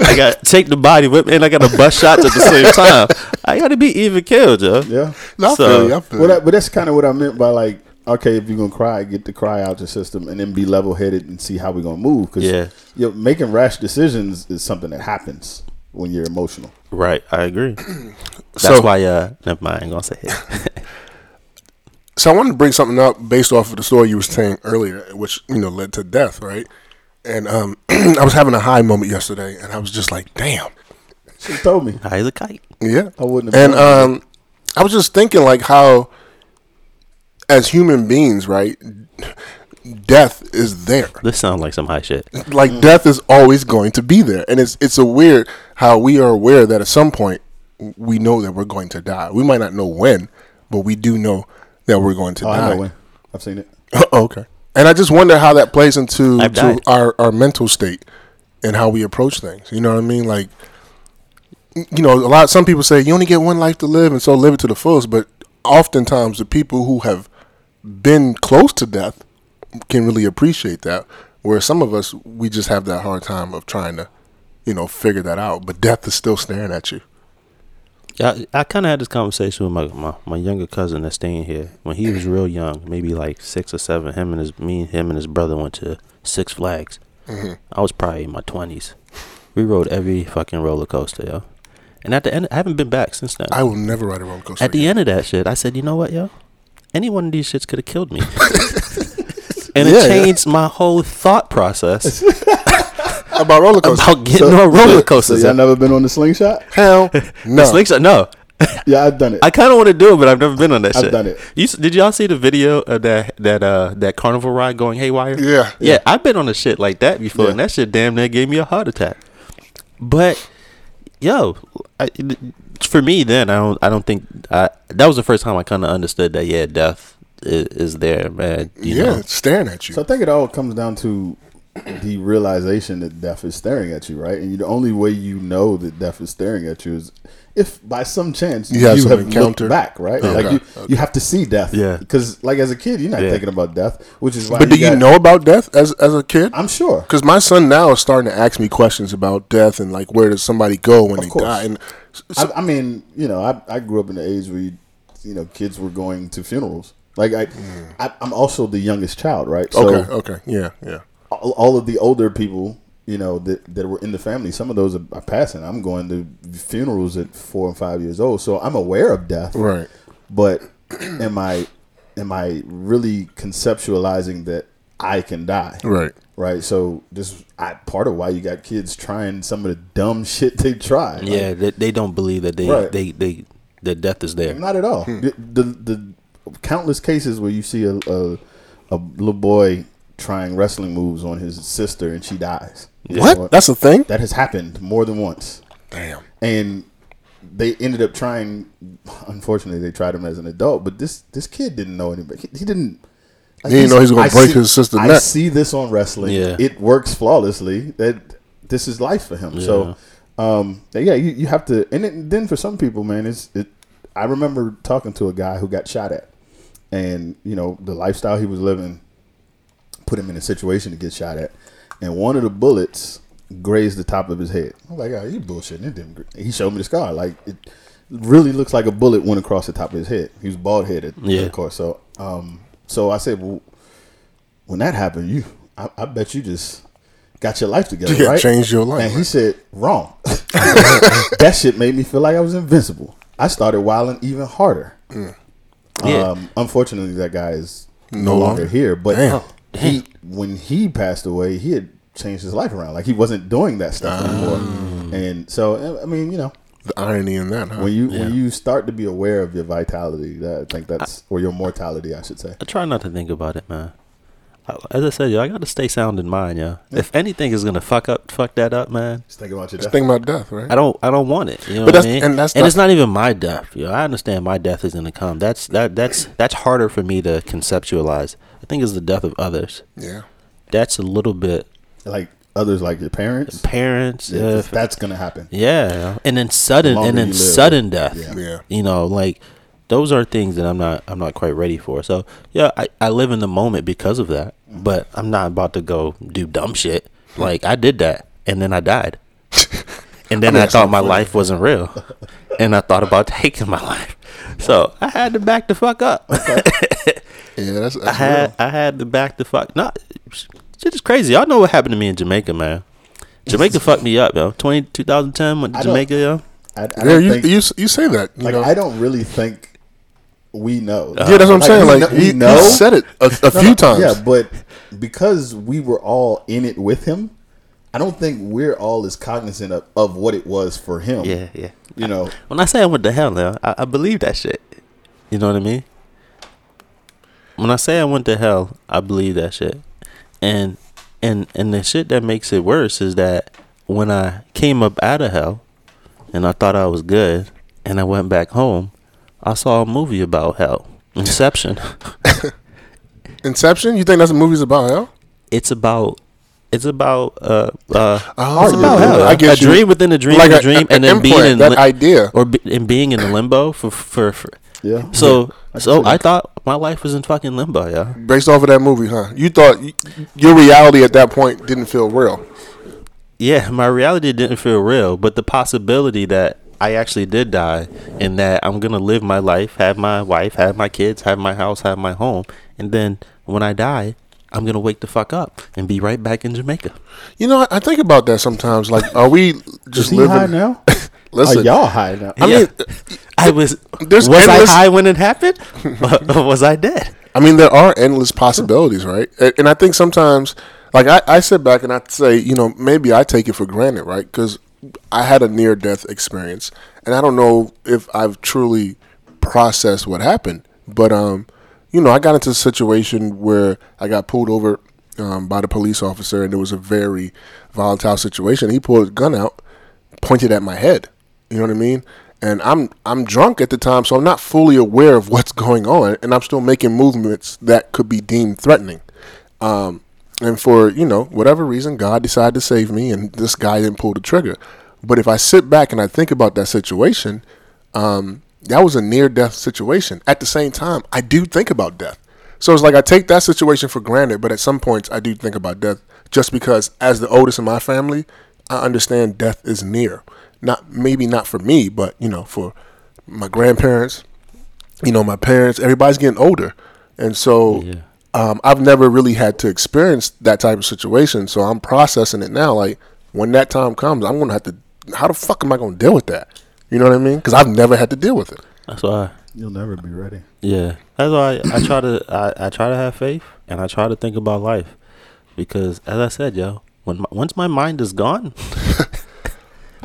[SPEAKER 3] I got to take the body with me, and I got to bust shots at the same time. I got to be even killed, yo.
[SPEAKER 2] Yeah.
[SPEAKER 1] No, I
[SPEAKER 3] So-
[SPEAKER 1] feel you. I feel
[SPEAKER 2] Well,
[SPEAKER 1] you.
[SPEAKER 2] that, but that's kind of what I meant by like, okay, if you're gonna cry, get the cry out your system, and then be level headed and see how we're gonna move. Because
[SPEAKER 3] Yeah.
[SPEAKER 2] you know, making rash decisions is something that happens when you're emotional.
[SPEAKER 3] Right, I agree. That's
[SPEAKER 1] So-
[SPEAKER 3] why. Uh, never mind. I ain't gonna say it.
[SPEAKER 1] So I wanted to bring something up based off of the story you were saying earlier, which you know led to death, right? And um, I was having a high moment yesterday, and I was just like, "Damn,
[SPEAKER 2] She told me.
[SPEAKER 3] High as a kite.
[SPEAKER 1] yeah."
[SPEAKER 2] I wouldn't have
[SPEAKER 1] And
[SPEAKER 2] known.
[SPEAKER 1] um, I was just thinking like how, as human beings, right, death is there.
[SPEAKER 3] This sounds like some high shit.
[SPEAKER 1] Like death is always going to be there, and it's it's a weird how we are aware that at some point we know that we're going to die. We might not know when, but we do know that we're going to
[SPEAKER 2] Oh,
[SPEAKER 1] die.
[SPEAKER 2] I know when. I've seen it.
[SPEAKER 1] Oh, okay. And I just wonder how that plays into
[SPEAKER 3] I've
[SPEAKER 1] to
[SPEAKER 3] died.
[SPEAKER 1] our, our mental state and how we approach things. You know what I mean? Like, you know, a lot. Some people say you only get one life to live, and so live it to the fullest. But oftentimes, the people who have been close to death can really appreciate that. Whereas some of us, we just have that hard time of trying to, you know, figure that out. But death is still staring at you.
[SPEAKER 3] I, I kind of had this conversation with my, my, my younger cousin that's staying here when he was real young, maybe like six or seven. Him and his me, him and his brother went to Six Flags.
[SPEAKER 1] Mm-hmm.
[SPEAKER 3] I was probably in my twenties. We rode every fucking roller coaster, yo. And at the end, I haven't been back since then.
[SPEAKER 1] I will never ride a roller coaster.
[SPEAKER 3] At the end of that shit, I said, you know what, yo? Any one of these shits could have killed me. and
[SPEAKER 1] Yeah, yeah.
[SPEAKER 3] it changed my whole thought process
[SPEAKER 1] end about roller coasters.
[SPEAKER 3] about getting on roller coasters.
[SPEAKER 2] So y'all
[SPEAKER 3] yo.
[SPEAKER 2] never been on the slingshot?
[SPEAKER 1] Hell no.
[SPEAKER 3] The slingshot- no.
[SPEAKER 2] Yeah, I've done it.
[SPEAKER 3] I kind of want to do it, but I've never been on that
[SPEAKER 2] I've
[SPEAKER 3] shit.
[SPEAKER 2] done it.
[SPEAKER 3] You, s- did y'all see the video of that that uh that carnival ride going haywire?
[SPEAKER 1] Yeah.
[SPEAKER 3] yeah. I've been on a shit like that before,
[SPEAKER 2] Yeah.
[SPEAKER 3] and that shit damn near gave me a heart attack. But yo, I, for me, then I don't I don't think I, that was the first time I kind of understood that. Yeah, death is, is there, man. You
[SPEAKER 1] yeah,
[SPEAKER 3] know?
[SPEAKER 1] it's staring at you.
[SPEAKER 2] So I think it all comes down to the realization that death is staring at you, right? And you, the only way you know that death is staring at you is if by some chance
[SPEAKER 1] You
[SPEAKER 2] you,
[SPEAKER 1] have
[SPEAKER 2] have,
[SPEAKER 1] some encounter.
[SPEAKER 2] looked back, right?
[SPEAKER 1] Okay.
[SPEAKER 2] Like you,
[SPEAKER 1] Okay.
[SPEAKER 2] you have to see death,
[SPEAKER 3] Yeah.
[SPEAKER 2] Because like as a kid, you're not
[SPEAKER 3] Yeah.
[SPEAKER 2] thinking about death, which is why.
[SPEAKER 1] But do you
[SPEAKER 2] got-
[SPEAKER 1] know about death as as a kid?
[SPEAKER 2] I'm sure.
[SPEAKER 1] Because my son now is starting to ask me questions about death and like where does somebody go when they
[SPEAKER 2] course.
[SPEAKER 1] die? And
[SPEAKER 2] I, I mean, you know, I, I grew up in the age where you, you know kids were going to funerals. Like I, I I'm also the youngest child, right? So
[SPEAKER 1] Mm. okay, okay, yeah, yeah,
[SPEAKER 2] all, all of the older people, you know, that, that were in the family, some of those are, are passing. I'm going to funerals at four and five years old, so I'm aware of death.
[SPEAKER 1] right.
[SPEAKER 2] But am I am I really conceptualizing that I can die?
[SPEAKER 1] Right.
[SPEAKER 2] Right. So this I part of why you got kids trying some of the dumb shit they try. Like,
[SPEAKER 3] Yeah, they, they don't believe that they
[SPEAKER 2] Right.
[SPEAKER 3] they they that death is there.
[SPEAKER 2] Not at all.
[SPEAKER 1] Hmm.
[SPEAKER 2] The, the the countless cases where you see a, a a little boy trying wrestling moves on his sister and she dies.
[SPEAKER 1] What? That's a thing.
[SPEAKER 2] That has happened more than once.
[SPEAKER 1] Damn.
[SPEAKER 2] and they ended up trying. Unfortunately, they tried him as an adult, but this this kid didn't know anybody. He, he didn't. I
[SPEAKER 1] He didn't know he was gonna
[SPEAKER 2] I
[SPEAKER 1] break
[SPEAKER 2] see-
[SPEAKER 1] his sister's
[SPEAKER 2] I
[SPEAKER 1] neck.
[SPEAKER 2] see this on wrestling.
[SPEAKER 3] Yeah.
[SPEAKER 2] it works flawlessly. That this is life for him. So, um, yeah, you, you have to. And it, then for some people, man, it's it. I remember talking to a guy who got shot at, and you know the lifestyle he was living put him in a situation to get shot at, and one of the bullets grazed the top of his head. I'm like, oh, you bullshitting! It didn't. gra-" He showed me the scar. Like it really looks like a bullet went across the top of his head. He was bald headed,
[SPEAKER 3] Yeah.
[SPEAKER 2] of course. So, um, so I said, well, when that happened, you, I, I bet you just got your life together,
[SPEAKER 1] You got
[SPEAKER 2] right?
[SPEAKER 1] changed your life.
[SPEAKER 2] And he said, wrong. that shit made me feel like I was invincible. I started wilding even harder.
[SPEAKER 3] Yeah.
[SPEAKER 2] Um, unfortunately, that guy is no,
[SPEAKER 1] No
[SPEAKER 2] longer
[SPEAKER 1] longer.
[SPEAKER 2] here. But
[SPEAKER 1] Damn.
[SPEAKER 2] he, when he passed away, he had changed his life around. Like he wasn't doing that stuff
[SPEAKER 1] Ah.
[SPEAKER 2] anymore. And so, I- I mean, you know,
[SPEAKER 1] The irony in that, huh?
[SPEAKER 2] when you when you start to be aware of your vitality, that, I think that's or your mortality, I should say.
[SPEAKER 3] I try not to think about it, man. I, as I said, yo, I got to stay sound in mind, yo. If anything is gonna fuck up, fuck that up, man.
[SPEAKER 2] Just think about your
[SPEAKER 1] Just
[SPEAKER 2] death.
[SPEAKER 1] think about death, right?
[SPEAKER 3] I don't, I don't want it. You know
[SPEAKER 1] But
[SPEAKER 3] what I
[SPEAKER 1] that's-
[SPEAKER 3] mean?
[SPEAKER 1] and that's
[SPEAKER 3] it's not even my death. You know, I understand my death is gonna come. That's that, that's that's harder for me to conceptualize. I think it's the death of others.
[SPEAKER 1] Yeah.
[SPEAKER 3] That's a little bit
[SPEAKER 2] like others, like your parents.
[SPEAKER 3] parents.
[SPEAKER 2] Yeah,
[SPEAKER 3] uh,
[SPEAKER 2] just- that's gonna happen.
[SPEAKER 3] Yeah, and then sudden
[SPEAKER 2] longer
[SPEAKER 3] and then
[SPEAKER 2] you live,
[SPEAKER 3] sudden death.
[SPEAKER 2] yeah.
[SPEAKER 1] Yeah.
[SPEAKER 3] you know, like those are things that I'm not I'm not quite ready for. So yeah, I, I live in the moment because of that, but I'm not about to go do dumb shit. Like I did that, and then I died, and then I, thought my life wasn't real, and I thought about taking my life. So I had to back the fuck up.
[SPEAKER 1] Yeah, that's, that's
[SPEAKER 3] I had
[SPEAKER 1] real.
[SPEAKER 3] I had to back the fuck. Not shit is crazy. Y'all know what happened to me in Jamaica, man. Jamaica fucked me up, yo. 20, 2010 went to
[SPEAKER 2] I don't-
[SPEAKER 3] Jamaica, yo.
[SPEAKER 2] I, I
[SPEAKER 1] Yeah,
[SPEAKER 2] don't
[SPEAKER 1] you,
[SPEAKER 2] think,
[SPEAKER 1] you you say that. You
[SPEAKER 2] like
[SPEAKER 1] know.
[SPEAKER 2] I don't really think we know.
[SPEAKER 1] yeah, that's what I'm saying.
[SPEAKER 2] we
[SPEAKER 1] Like
[SPEAKER 2] kn- we
[SPEAKER 1] he,
[SPEAKER 2] know.
[SPEAKER 1] he said it a, a few times.
[SPEAKER 2] Yeah, but because we were all in it with him, I don't think we're all as cognizant of, of what it was for him.
[SPEAKER 3] Yeah, yeah.
[SPEAKER 2] You know,
[SPEAKER 3] When I say I went to hell, yo, I, I believe that shit. You know what I mean? When I say I went to hell, I believe that shit. And and and the shit that makes it worse is that when I came up out of hell and I thought I was good and I went back home, I saw a movie about hell. Inception.
[SPEAKER 1] Inception. You think that's what movie's about? Hell.
[SPEAKER 3] it's about it's about uh uh
[SPEAKER 1] Oh,
[SPEAKER 3] it's about hell.
[SPEAKER 1] I get
[SPEAKER 3] a
[SPEAKER 1] you.
[SPEAKER 3] dream within a dream
[SPEAKER 1] Like
[SPEAKER 3] in a
[SPEAKER 1] a-
[SPEAKER 3] dream
[SPEAKER 1] a-
[SPEAKER 3] and
[SPEAKER 1] an
[SPEAKER 3] then being
[SPEAKER 1] implant,
[SPEAKER 3] in
[SPEAKER 1] that
[SPEAKER 3] li-
[SPEAKER 1] idea.
[SPEAKER 3] or be, and being in the limbo for for, for
[SPEAKER 2] yeah.
[SPEAKER 3] So
[SPEAKER 2] I
[SPEAKER 3] so
[SPEAKER 2] can see
[SPEAKER 3] I thought my life was in fucking limbo, yeah.
[SPEAKER 1] Based off of that movie, huh? You thought y your reality at that point didn't feel real.
[SPEAKER 3] Yeah, my reality didn't feel real, but the possibility that I actually did die and that I'm gonna live my life, have my wife, have my kids, have my house, have my home, and then when I die, I'm gonna wake the fuck up and be right back in Jamaica.
[SPEAKER 1] You know, I, I think about that sometimes. Like, are we just
[SPEAKER 2] Is he
[SPEAKER 1] living?
[SPEAKER 2] high now? Are
[SPEAKER 1] Listen,
[SPEAKER 2] y'all high now?
[SPEAKER 1] I mean,
[SPEAKER 3] I was
[SPEAKER 1] There's
[SPEAKER 3] was
[SPEAKER 1] endless-
[SPEAKER 3] I high when it happened? or was I dead?
[SPEAKER 1] I mean, there are endless possibilities, right? A- And I think sometimes, like I, I sit back and I say, you know, maybe I take it for granted, right? Because I had a near death experience, and I don't know if I've truly processed what happened. But um, you know, I got into a situation where I got pulled over um, by the police officer, and it was a very volatile situation. He pulled a gun out, pointed at my head. You know what I mean? And I'm I'm drunk at the time, so I'm not fully aware of what's going on, and I'm still making movements that could be deemed threatening. Um, and for you know whatever reason, God decided to save me, and this guy didn't pull the trigger. But if I sit back and I think about that situation, um, that was a near death situation. At the same time, I do think about death. So it's like I take that situation for granted, but at some points I do think about death just because as the oldest in my family, I understand death is near. Not maybe not for me, but you know, for my grandparents, you know, my parents, everybody's getting older. And so
[SPEAKER 3] Yeah.
[SPEAKER 1] um, I've never really had to experience that type of situation. So I'm processing it now. Like when that time comes, I'm going to have to, how the fuck am I going to deal with that? You know what I mean? Because I've never had to deal with it.
[SPEAKER 3] That's why
[SPEAKER 2] You'll never be ready.
[SPEAKER 3] Yeah, that's why I, I try to I, I try to have faith and I try to think about life because as I said, yo, when my, once my mind is gone,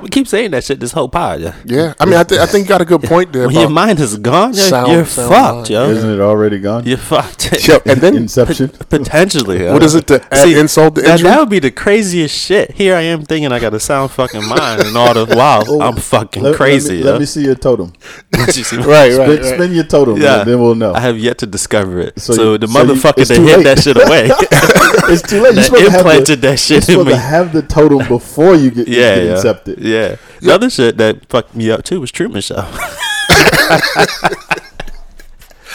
[SPEAKER 3] We keep saying that shit this whole pod. Yeah.
[SPEAKER 1] Yeah, I mean, I, th- I think you got a good point there.
[SPEAKER 3] When your
[SPEAKER 1] About,
[SPEAKER 3] mind is gone, you're,
[SPEAKER 1] Sound-
[SPEAKER 3] you're
[SPEAKER 1] sound
[SPEAKER 3] fucked,
[SPEAKER 1] mind.
[SPEAKER 3] yo.
[SPEAKER 2] Isn't it already gone?
[SPEAKER 3] You're fucked.
[SPEAKER 1] Yo, and then
[SPEAKER 2] Inception.
[SPEAKER 3] Potentially. yo.
[SPEAKER 1] what is it to add
[SPEAKER 3] See,
[SPEAKER 1] insult to
[SPEAKER 3] That,
[SPEAKER 1] injury?
[SPEAKER 3] that would be the craziest shit. Here I am thinking I got a sound fucking mind and all the wow, I'm fucking
[SPEAKER 2] Oh, Let- let
[SPEAKER 3] crazy.
[SPEAKER 2] me-
[SPEAKER 3] yo.
[SPEAKER 2] Let, me, see your totem.
[SPEAKER 3] You see-
[SPEAKER 1] right, right,
[SPEAKER 2] Spin,
[SPEAKER 1] right.
[SPEAKER 2] spin your totem.
[SPEAKER 3] Yeah.
[SPEAKER 2] and then we'll know.
[SPEAKER 3] I have yet to discover it. So,
[SPEAKER 2] So you-
[SPEAKER 3] the
[SPEAKER 2] so you-
[SPEAKER 3] motherfucker
[SPEAKER 2] it's
[SPEAKER 3] that
[SPEAKER 2] too
[SPEAKER 3] hit
[SPEAKER 2] late.
[SPEAKER 3] that shit away,
[SPEAKER 2] it's too late. You're
[SPEAKER 3] that
[SPEAKER 2] supposed to have the,
[SPEAKER 3] implanted that shit
[SPEAKER 2] you're
[SPEAKER 3] in
[SPEAKER 2] supposed
[SPEAKER 3] me.
[SPEAKER 2] to have the totem before you get,
[SPEAKER 3] yeah,
[SPEAKER 2] get
[SPEAKER 3] yeah,
[SPEAKER 2] accepted.
[SPEAKER 3] yeah. The other shit that fucked me up too was Truman Show.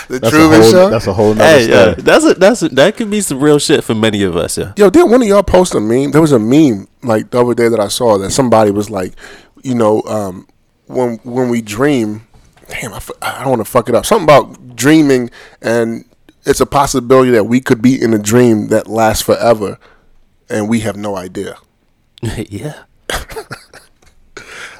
[SPEAKER 1] The uh,
[SPEAKER 2] That's,
[SPEAKER 1] Truman
[SPEAKER 2] a whole,
[SPEAKER 1] Show.
[SPEAKER 2] that's a whole nother
[SPEAKER 3] hey,
[SPEAKER 2] story.
[SPEAKER 3] yeah, uh, that's a, that's a, that could be some real shit for many of us. Yeah,
[SPEAKER 1] Yo, did one of y'all post a meme? There was a meme like the other day that I saw that somebody was like, you know, um, when when we dream, damn, I, f- I don't want to fuck it up. Something about dreaming and it's a possibility that we could be in a dream that lasts forever, and we have no idea.
[SPEAKER 3] yeah.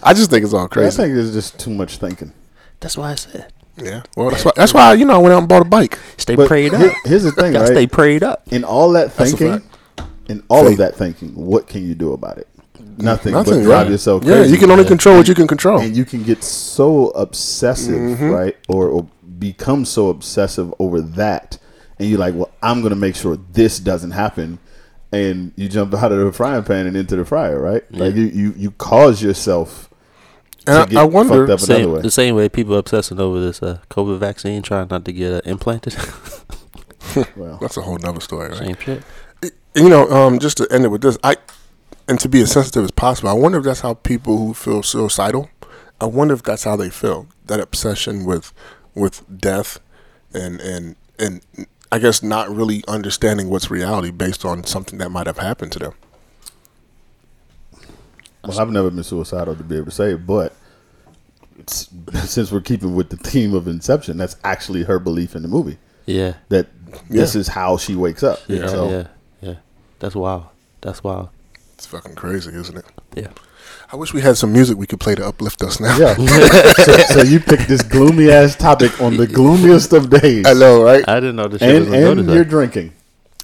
[SPEAKER 1] I just think it's all
[SPEAKER 2] I
[SPEAKER 1] crazy.
[SPEAKER 2] think there's just too much thinking.
[SPEAKER 3] That's why I said
[SPEAKER 1] Yeah. Well, that's why. That's why you know I went out and bought a bike.
[SPEAKER 3] stay
[SPEAKER 2] But
[SPEAKER 3] prayed
[SPEAKER 2] here-
[SPEAKER 3] up.
[SPEAKER 2] here's the thing,
[SPEAKER 3] Gotta
[SPEAKER 2] right?
[SPEAKER 3] stay prayed up.
[SPEAKER 2] in all that
[SPEAKER 1] That's a
[SPEAKER 2] thinking,
[SPEAKER 1] fact.
[SPEAKER 2] in all
[SPEAKER 1] Faith.
[SPEAKER 2] of that thinking, what can you do about it? Nothing,
[SPEAKER 1] Nothing.
[SPEAKER 2] but drive
[SPEAKER 1] right?
[SPEAKER 2] yourself
[SPEAKER 1] yeah,
[SPEAKER 2] crazy.
[SPEAKER 1] you can only control what you can control.
[SPEAKER 2] and you can get so obsessive,
[SPEAKER 1] Mm-hmm.
[SPEAKER 2] right? Or, or become so obsessive over that, and you're like, "Well, I'm gonna make sure this doesn't happen," and you jump out of the frying pan and into the fryer, right? Like you, you, you cause yourself to
[SPEAKER 1] And
[SPEAKER 2] get
[SPEAKER 1] I, I wonder.
[SPEAKER 2] fucked up another
[SPEAKER 3] Same,
[SPEAKER 2] way.
[SPEAKER 3] the same way people obsessing over this uh, COVID vaccine, trying not to get uh, implanted.
[SPEAKER 2] Well,
[SPEAKER 1] That's a whole nother story, right?
[SPEAKER 3] Same shit.
[SPEAKER 1] you know, um, just to end it with this, I and to be as sensitive as possible, I wonder if that's how people who feel suicidal, I wonder if that's how they feel that obsession with with death, and and and I guess not really understanding what's reality based on something that might have happened to them.
[SPEAKER 2] well, I've never been suicidal to be able to say it, but. it's- Since we're keeping with the theme of Inception, that's actually her belief in the movie.
[SPEAKER 3] Yeah.
[SPEAKER 2] that this is how she wakes up.
[SPEAKER 3] Yeah,
[SPEAKER 2] So
[SPEAKER 3] yeah, yeah. That's wild. That's wild.
[SPEAKER 1] It's fucking crazy, isn't it?
[SPEAKER 3] Yeah.
[SPEAKER 1] I wish we had some music we could play to uplift us now.
[SPEAKER 2] yeah. so, so you picked this gloomy ass topic on the gloomiest of days,
[SPEAKER 1] I know, right?
[SPEAKER 3] I didn't know this shit
[SPEAKER 2] and
[SPEAKER 3] was going
[SPEAKER 2] and you're
[SPEAKER 3] to go
[SPEAKER 2] drinking.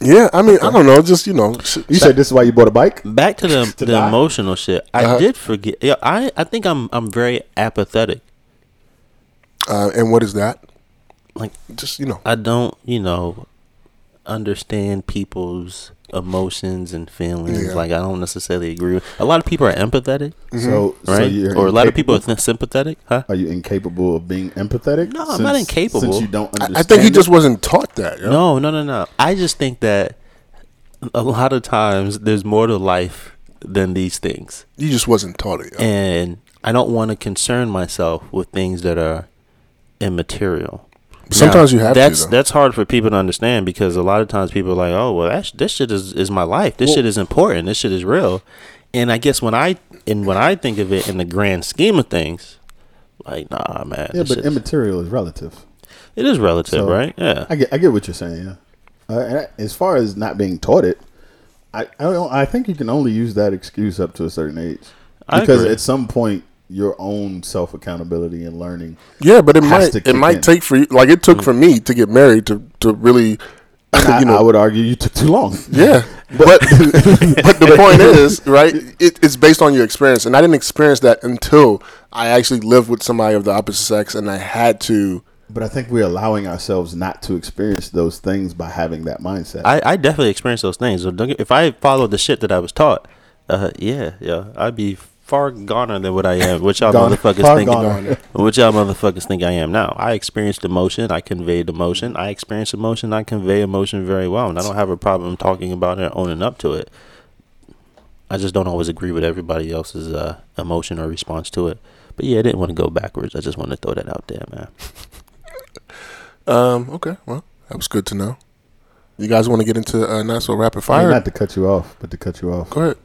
[SPEAKER 1] Yeah, I mean, I don't know, just you know, sh-
[SPEAKER 2] You said this is why you bought a bike.
[SPEAKER 3] Back to the,
[SPEAKER 2] To
[SPEAKER 3] the
[SPEAKER 2] die.
[SPEAKER 3] emotional shit. I did forget. Yeah, I, I think I'm I'm very apathetic.
[SPEAKER 1] uh, and what is that?
[SPEAKER 3] Like
[SPEAKER 1] Just you know,
[SPEAKER 3] I don't, you know, understand people's emotions and feelings.
[SPEAKER 1] Yeah.
[SPEAKER 3] Like I don't necessarily agree with. A lot of people are empathetic,
[SPEAKER 2] So, so
[SPEAKER 3] Mm-hmm. right?
[SPEAKER 2] you're
[SPEAKER 3] or a lot of people are
[SPEAKER 2] incapable-
[SPEAKER 3] th- sympathetic, huh?
[SPEAKER 2] Are you incapable of being empathetic?
[SPEAKER 3] No, I'm not incapable.
[SPEAKER 2] Since you don't understand.
[SPEAKER 1] I think he
[SPEAKER 2] it?
[SPEAKER 1] just wasn't taught that. Yeah?
[SPEAKER 3] No, no, no, no. I just think that a lot of times there's more to life than these things.
[SPEAKER 1] You just wasn't taught it. yeah.
[SPEAKER 3] and I don't want to concern myself with things that are immaterial.
[SPEAKER 1] Sometimes you have to,
[SPEAKER 3] that's
[SPEAKER 1] though.
[SPEAKER 3] that's hard for people to understand because a lot of times people are like, "Oh, well, that's, this shit is, is my life. This shit is important. This shit is real." And I guess when I and when I think of it in the grand scheme of things, like, nah, man,
[SPEAKER 2] Yeah,
[SPEAKER 3] this
[SPEAKER 2] but
[SPEAKER 3] shit-
[SPEAKER 2] immaterial is relative.
[SPEAKER 3] it is relative,
[SPEAKER 2] So-
[SPEAKER 3] right? Yeah,
[SPEAKER 2] I get, I get what you're saying. Yeah. Uh, and I- as far as not being taught it, I, I don't. I think you can only use that excuse up to a certain age,
[SPEAKER 3] I
[SPEAKER 2] because
[SPEAKER 3] agree.
[SPEAKER 2] at some point your own self accountability and learning.
[SPEAKER 1] Yeah, but it might
[SPEAKER 2] to
[SPEAKER 1] it
[SPEAKER 2] kick
[SPEAKER 1] might
[SPEAKER 2] in. Mm.
[SPEAKER 1] take for you like it took for me to get married to to really
[SPEAKER 2] I,
[SPEAKER 1] you know
[SPEAKER 2] I would argue you took too long.
[SPEAKER 1] yeah. But but the point is right. It, it's based on your experience, and I didn't experience that until I actually lived with somebody of the opposite sex, and I had to.
[SPEAKER 2] But I think we're allowing ourselves not to experience those things by having that mindset.
[SPEAKER 3] I, I definitely experienced those things. So don't get- If I followed the shit that I was taught, uh, yeah, yeah, I'd be far goner than what I am. Which y'all
[SPEAKER 2] Gone-
[SPEAKER 3] motherfuckers
[SPEAKER 2] far
[SPEAKER 3] think?
[SPEAKER 2] goner.
[SPEAKER 3] What y'all motherfuckers think I am now? I experienced emotion. I conveyed emotion. I experienced emotion. I convey emotion very well, and I don't have a problem talking about it, or owning up to it. I just don't always agree with everybody else's uh, emotion or response to it. But yeah, I didn't want to go backwards. I just wanted to throw that out there, man.
[SPEAKER 1] Um. Okay. Well, that was good to know. You guys want to get into uh, not so rapid
[SPEAKER 2] I mean,
[SPEAKER 1] fire?
[SPEAKER 2] not to cut you off, but to cut you off.
[SPEAKER 1] Go ahead.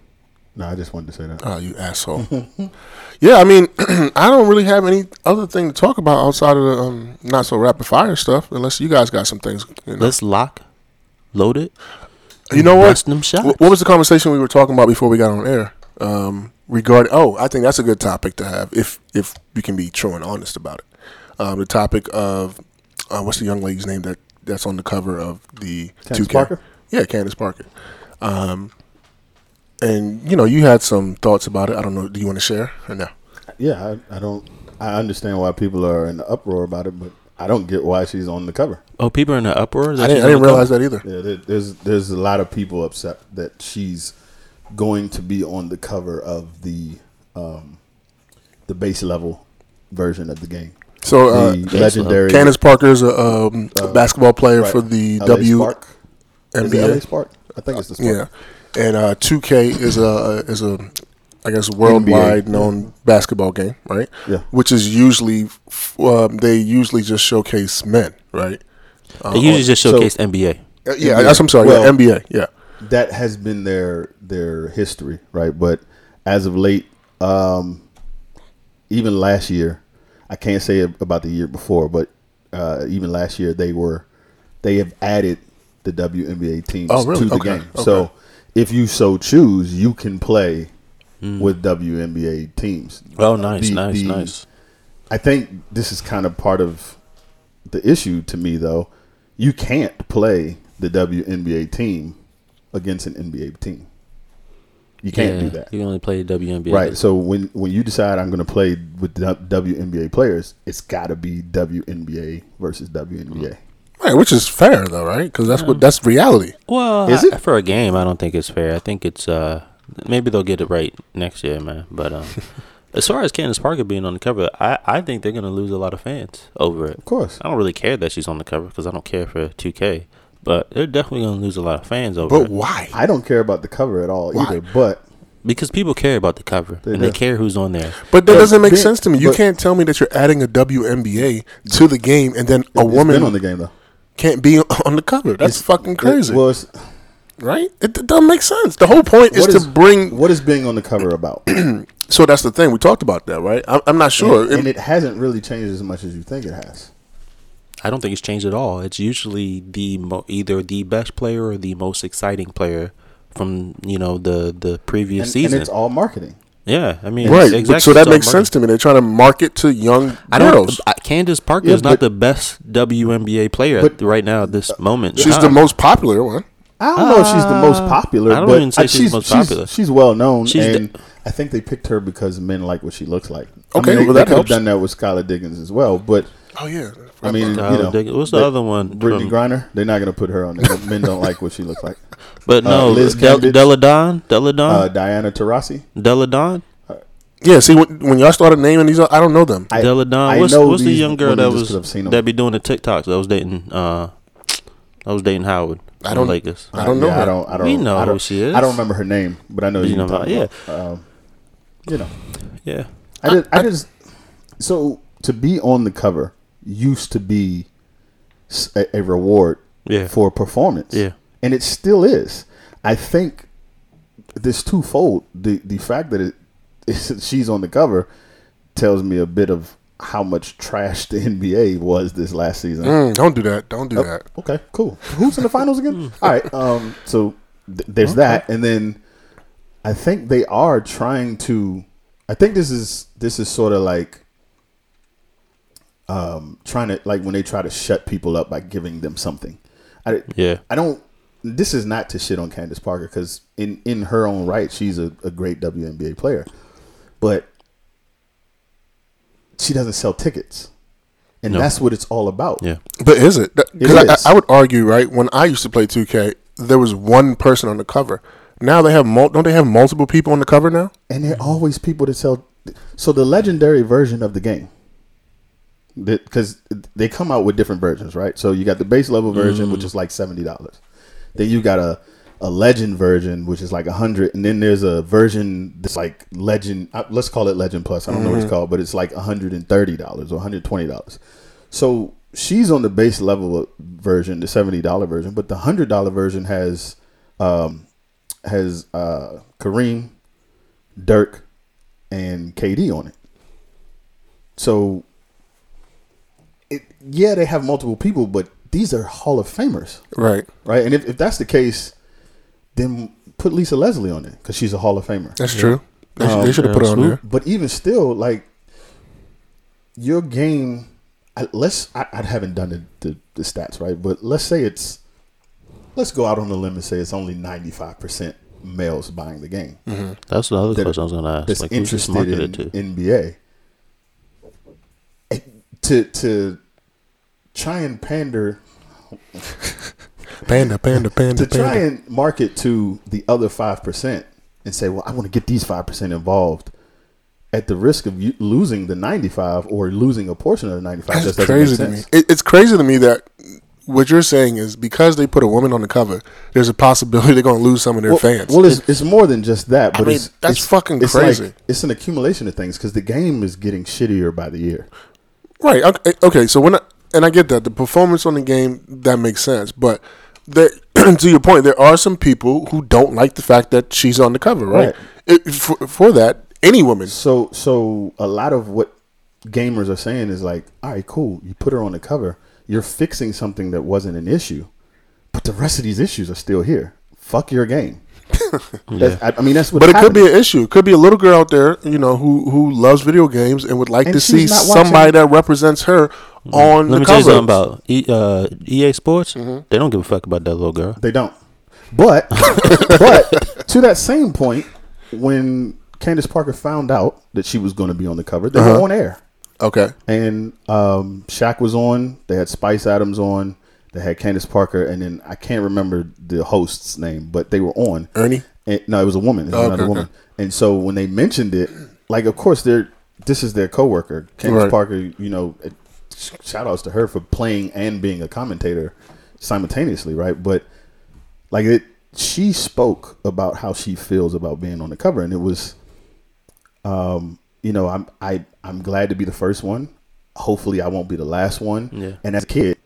[SPEAKER 2] No, I just wanted to say that.
[SPEAKER 1] Oh, you asshole. yeah, I mean, I don't really have any other thing to talk about outside of the um, not so rapid fire stuff, unless you guys got some things. You know,
[SPEAKER 3] Let's lock, load it.
[SPEAKER 1] you know what?
[SPEAKER 3] Bust them shots.
[SPEAKER 1] Wh- What was the conversation we were talking about before we got on air? Um, regard. Oh, I think that's a good topic to have if if you can be true and honest about it. Um, the topic of uh, what's the young lady's name that that's on the cover of the
[SPEAKER 2] Candace
[SPEAKER 1] 2K?
[SPEAKER 2] Parker?
[SPEAKER 1] Yeah, Candace Parker. Um, and you know, you had some thoughts about it. I don't know. Do you want to share or no?
[SPEAKER 2] Yeah, I, I don't. I understand why people are in uproar about it, but I don't get why she's on the cover.
[SPEAKER 3] Oh, people are in an uproar. that
[SPEAKER 1] I
[SPEAKER 3] she's
[SPEAKER 1] didn't. I
[SPEAKER 3] on
[SPEAKER 1] didn't
[SPEAKER 3] the cover?
[SPEAKER 1] realize that either.
[SPEAKER 2] Yeah, there, there's there's a lot of people upset that she's going to be on the cover of the um, the base level version of the game.
[SPEAKER 1] So,
[SPEAKER 2] The
[SPEAKER 1] uh,
[SPEAKER 2] legendary
[SPEAKER 1] Candace Parker's a, um, a basketball player
[SPEAKER 2] right,
[SPEAKER 1] for the
[SPEAKER 2] LA
[SPEAKER 1] W
[SPEAKER 2] Spark. Is it LA
[SPEAKER 1] WNBA.
[SPEAKER 2] Spark? I think it's the Spark.
[SPEAKER 1] Yeah, and uh, 2K is a is a I guess worldwide
[SPEAKER 2] NBA,
[SPEAKER 1] known basketball game, right?
[SPEAKER 2] Yeah.
[SPEAKER 1] Which is usually f- um, they usually just showcase men, right? Uh,
[SPEAKER 3] They usually just
[SPEAKER 2] so-
[SPEAKER 3] showcased NBA.
[SPEAKER 1] uh, yeah,
[SPEAKER 2] NBA.
[SPEAKER 1] that's I'm sorry,
[SPEAKER 2] Well-
[SPEAKER 1] yeah, NBA. Yeah,
[SPEAKER 2] that has been their their history, right? But as of late, um, even last year, I can't say about the year before, but uh, even last year they were they have added the WNBA teams
[SPEAKER 1] Oh, really?
[SPEAKER 2] to the
[SPEAKER 1] Okay,
[SPEAKER 2] game. So
[SPEAKER 1] okay.
[SPEAKER 2] if you so choose, you can play
[SPEAKER 1] Hmm.
[SPEAKER 2] with WNBA teams.
[SPEAKER 3] Oh, nice,
[SPEAKER 2] The-
[SPEAKER 3] nice,
[SPEAKER 2] the-
[SPEAKER 3] nice.
[SPEAKER 2] I think this is kind of part of the issue to me, though. You can't play the WNBA team against an NBA team. You can't
[SPEAKER 3] Yeah,
[SPEAKER 2] do that,
[SPEAKER 3] You can only play WNBA.
[SPEAKER 2] right? So when when you decide I'm going to play with the WNBA players, it's got to be WNBA versus WNBA.
[SPEAKER 1] right, which is fair though, right? Because that's what that's reality.
[SPEAKER 3] Well,
[SPEAKER 2] Is
[SPEAKER 3] I-
[SPEAKER 2] it?
[SPEAKER 3] for a game? I don't think it's fair. I think it's uh maybe they'll get it right next year, man. But um, as far as Candace Parker being on the cover, I I think they're gonna lose a lot of fans over it.
[SPEAKER 2] Of course,
[SPEAKER 3] I don't really care that she's on the cover because I don't care for 2K, but they're definitely gonna lose a lot of fans over
[SPEAKER 1] But
[SPEAKER 3] it
[SPEAKER 1] why?
[SPEAKER 2] I don't care about the cover at all
[SPEAKER 1] Why?
[SPEAKER 2] either. But
[SPEAKER 3] because people care about the cover
[SPEAKER 2] They
[SPEAKER 3] and they
[SPEAKER 2] do.
[SPEAKER 3] care who's on there.
[SPEAKER 1] But that
[SPEAKER 2] But
[SPEAKER 1] doesn't make
[SPEAKER 2] then-
[SPEAKER 1] sense to me. You
[SPEAKER 2] but-
[SPEAKER 1] can't tell me that you're adding a WNBA to the game and then a
[SPEAKER 2] it's
[SPEAKER 1] woman
[SPEAKER 2] been on the game though.
[SPEAKER 1] can't be on the cover. That's
[SPEAKER 2] It's-
[SPEAKER 1] fucking crazy,
[SPEAKER 2] It was,
[SPEAKER 1] right? It, it doesn't make sense. The whole point is
[SPEAKER 2] what
[SPEAKER 1] to
[SPEAKER 2] is-
[SPEAKER 1] bring
[SPEAKER 2] what is being on the cover about?
[SPEAKER 1] So that's the thing. We talked about that, right? I'm, I'm not sure.
[SPEAKER 2] and,
[SPEAKER 1] It-
[SPEAKER 2] and it hasn't really changed as much as you think it has.
[SPEAKER 3] I don't think it's changed at all. It's usually the mo- either the best player or the most exciting player from you know the the previous
[SPEAKER 2] And, and
[SPEAKER 3] season.
[SPEAKER 2] it's all marketing.
[SPEAKER 3] yeah, I mean,
[SPEAKER 1] right.
[SPEAKER 3] it's
[SPEAKER 1] But- So
[SPEAKER 3] it's
[SPEAKER 1] that
[SPEAKER 3] all
[SPEAKER 1] makes
[SPEAKER 3] marketing.
[SPEAKER 1] sense to me. They're trying to market to young
[SPEAKER 3] I don't.
[SPEAKER 1] girls.
[SPEAKER 3] I, Candace Parker
[SPEAKER 2] Yeah,
[SPEAKER 3] is not
[SPEAKER 2] but-
[SPEAKER 3] the best WNBA player
[SPEAKER 2] but- uh,
[SPEAKER 3] right now at this moment. Uh-huh. in
[SPEAKER 1] She's the
[SPEAKER 2] Uh-huh.
[SPEAKER 3] time.
[SPEAKER 1] most popular one.
[SPEAKER 2] I don't know if she's the most
[SPEAKER 3] Uh,
[SPEAKER 2] popular.
[SPEAKER 3] I don't
[SPEAKER 2] but
[SPEAKER 3] even say
[SPEAKER 2] I-
[SPEAKER 3] she's the most popular.
[SPEAKER 2] She's, well known,
[SPEAKER 3] She's the-
[SPEAKER 2] and I think they picked her because men like what she looks like.
[SPEAKER 1] Okay,
[SPEAKER 2] I mean, they,
[SPEAKER 1] well,
[SPEAKER 2] they
[SPEAKER 1] that
[SPEAKER 2] could have
[SPEAKER 1] helps.
[SPEAKER 2] done that with Skylar Diggins as well, but
[SPEAKER 1] Oh yeah.
[SPEAKER 2] I mean,
[SPEAKER 3] Skylar
[SPEAKER 2] you know,
[SPEAKER 3] Diggins. What's the
[SPEAKER 2] but
[SPEAKER 3] other one Um,
[SPEAKER 2] Brittany
[SPEAKER 3] from-
[SPEAKER 2] Griner. They're not going to put her on there. men don't like what she looks like.
[SPEAKER 3] but
[SPEAKER 2] uh,
[SPEAKER 3] no,
[SPEAKER 2] Liz
[SPEAKER 3] Del,
[SPEAKER 2] Cambage. Uh,
[SPEAKER 3] Deladon, Deladon,
[SPEAKER 2] Diana Taurasi.
[SPEAKER 3] Deladon,
[SPEAKER 1] yeah. See, when, when y'all started naming these, I don't know them.
[SPEAKER 2] I-
[SPEAKER 3] Deladon.
[SPEAKER 2] I
[SPEAKER 3] What's,
[SPEAKER 2] know
[SPEAKER 3] what's the
[SPEAKER 2] these
[SPEAKER 3] young girl
[SPEAKER 2] women
[SPEAKER 3] that
[SPEAKER 2] just
[SPEAKER 3] was
[SPEAKER 2] 'cause I've seen 'em.
[SPEAKER 3] that be doing the TikToks? That was dating. Uh, I was dating Howard.
[SPEAKER 1] I
[SPEAKER 3] from
[SPEAKER 1] don't-
[SPEAKER 3] Lakers.
[SPEAKER 1] I don't know her.
[SPEAKER 2] I don't. I don't.
[SPEAKER 3] We know
[SPEAKER 2] I
[SPEAKER 3] who
[SPEAKER 2] don't,
[SPEAKER 3] she is.
[SPEAKER 2] I don't remember her name, but I know
[SPEAKER 3] You
[SPEAKER 2] you
[SPEAKER 3] know
[SPEAKER 2] know.
[SPEAKER 3] about- yeah.
[SPEAKER 2] Um, you know,
[SPEAKER 3] Yeah.
[SPEAKER 2] I did. I just so to be on the cover used to be s- a, a reward
[SPEAKER 3] Yeah.
[SPEAKER 2] for performance.
[SPEAKER 3] Yeah.
[SPEAKER 2] and it still is. I think this twofold the the fact that it, it's, she's on the cover tells me a bit of how much trash the NBA was this last season.
[SPEAKER 1] Mm, don't do that. Don't
[SPEAKER 2] Oh.
[SPEAKER 1] do that.
[SPEAKER 2] Okay, cool. Who's in the finals again? All right. Um. So th- there's that, and then I think they are trying to. I think this is this is sort of like um trying to like when they try to shut people up by giving them something. I
[SPEAKER 3] Yeah.
[SPEAKER 2] I don't. This is not to shit on Candace Parker because in in her own right, she's a, a great WNBA player, but she doesn't sell tickets, and
[SPEAKER 3] No.
[SPEAKER 2] that's what it's all about.
[SPEAKER 3] Yeah.
[SPEAKER 1] But is it? Because
[SPEAKER 2] It
[SPEAKER 1] I,
[SPEAKER 2] is.
[SPEAKER 1] I would argue, right? When I used to play 2K, there was one person on the cover. Now they have mul- don't they have multiple people on the cover now?
[SPEAKER 2] and there are always people that sell. So the legendary version of the game, because they come out with different versions, right? So you got the base level version, which is like seventy dollars. Then you got a a legend version, which is like a hundred, and then there's a version that's like legend. uh, Let's call it legend plus. I don't know what it's called, but it's like hundred and thirty dollars or hundred twenty dollars. So she's on the base level version, the seventy dollar version, but the hundred dollar version has um, has uh, Kareem, Dirk, and KD on it. So, it, yeah, they have multiple people, but these are Hall of Famers,
[SPEAKER 1] Right.
[SPEAKER 2] right? And if, if that's the case, then put Lisa Leslie on it because she's a Hall of Famer.
[SPEAKER 1] That's true. They, sh-
[SPEAKER 2] Oh,
[SPEAKER 1] they should have put it on
[SPEAKER 3] Who?
[SPEAKER 1] there.
[SPEAKER 2] But even still, like your game, I, let's I, I haven't done the, the the stats right, but let's say it's let's go out on the limb and say it's only ninety five percent males buying the game
[SPEAKER 3] That's the other
[SPEAKER 2] that-
[SPEAKER 3] question I was gonna ask.
[SPEAKER 2] that's
[SPEAKER 3] like, who's this
[SPEAKER 2] interested in
[SPEAKER 3] marketed to?
[SPEAKER 2] NBA. Eh, To to try and pander
[SPEAKER 1] Panda, panda, panda,
[SPEAKER 2] to try
[SPEAKER 1] panda.
[SPEAKER 2] and market to the other five percent and say, well, I want to get these five percent involved, at the risk of you losing the ninety five or losing a portion of the ninety five.
[SPEAKER 1] That's crazy to me. It, it's crazy to me that what you're saying is because they put a woman on the cover, there's a possibility they're going to lose some of their
[SPEAKER 2] well,
[SPEAKER 1] fans.
[SPEAKER 2] Well, it's, it's more than just that, but
[SPEAKER 1] mean,
[SPEAKER 2] it's,
[SPEAKER 1] that's
[SPEAKER 2] it's-
[SPEAKER 1] fucking
[SPEAKER 2] it's like-
[SPEAKER 1] crazy.
[SPEAKER 2] it's an accumulation of things because the game is getting shittier by the year.
[SPEAKER 1] Right. Okay. eh, okay, So when I, and I get that the performance on the game that makes sense, but there, to your point, there are some people who don't like the fact that she's on the cover, right?
[SPEAKER 2] Right.
[SPEAKER 1] It, for, for that, any woman.
[SPEAKER 2] So so a lot of what gamers are saying is like, all right, cool, you put her on the cover, you're fixing something that wasn't an issue, but the rest of these issues are still here. Fuck your game. That's- I, I mean, that's what.
[SPEAKER 1] But it could be an issue. It could be a little girl out there, you know, who who loves video games and would like
[SPEAKER 2] And
[SPEAKER 1] to see
[SPEAKER 2] she's not watching-
[SPEAKER 1] somebody that represents her on
[SPEAKER 3] Let
[SPEAKER 1] the
[SPEAKER 3] me tell you
[SPEAKER 1] cover.
[SPEAKER 3] something about e, uh, EA Sports.
[SPEAKER 1] Mm-hmm.
[SPEAKER 3] They don't give a fuck about that little girl.
[SPEAKER 2] They don't. But but to that same point, when Candace Parker found out that she was going to be on the cover, they
[SPEAKER 1] Uh-huh.
[SPEAKER 2] were on air.
[SPEAKER 1] okay.
[SPEAKER 2] and um, Shaq was on. They had Spice Adams on. They had Candace Parker, and then I can't remember the host's name, but they were on.
[SPEAKER 1] Ernie?
[SPEAKER 2] And, no, it was a woman. It was
[SPEAKER 1] Oh,
[SPEAKER 2] another
[SPEAKER 1] okay,
[SPEAKER 2] woman.
[SPEAKER 1] okay.
[SPEAKER 2] And so when they mentioned it, like, of course, they're this is their coworker, Candace
[SPEAKER 1] Right.
[SPEAKER 2] Parker. You know, it- sh- shout outs to her for playing and being a commentator simultaneously, right? But like it, she spoke about how she feels about being on the cover, and it was you know, I'm I I'm glad to be the first one. Hopefully, I won't be the last one.
[SPEAKER 3] Yeah.
[SPEAKER 2] And as a kid,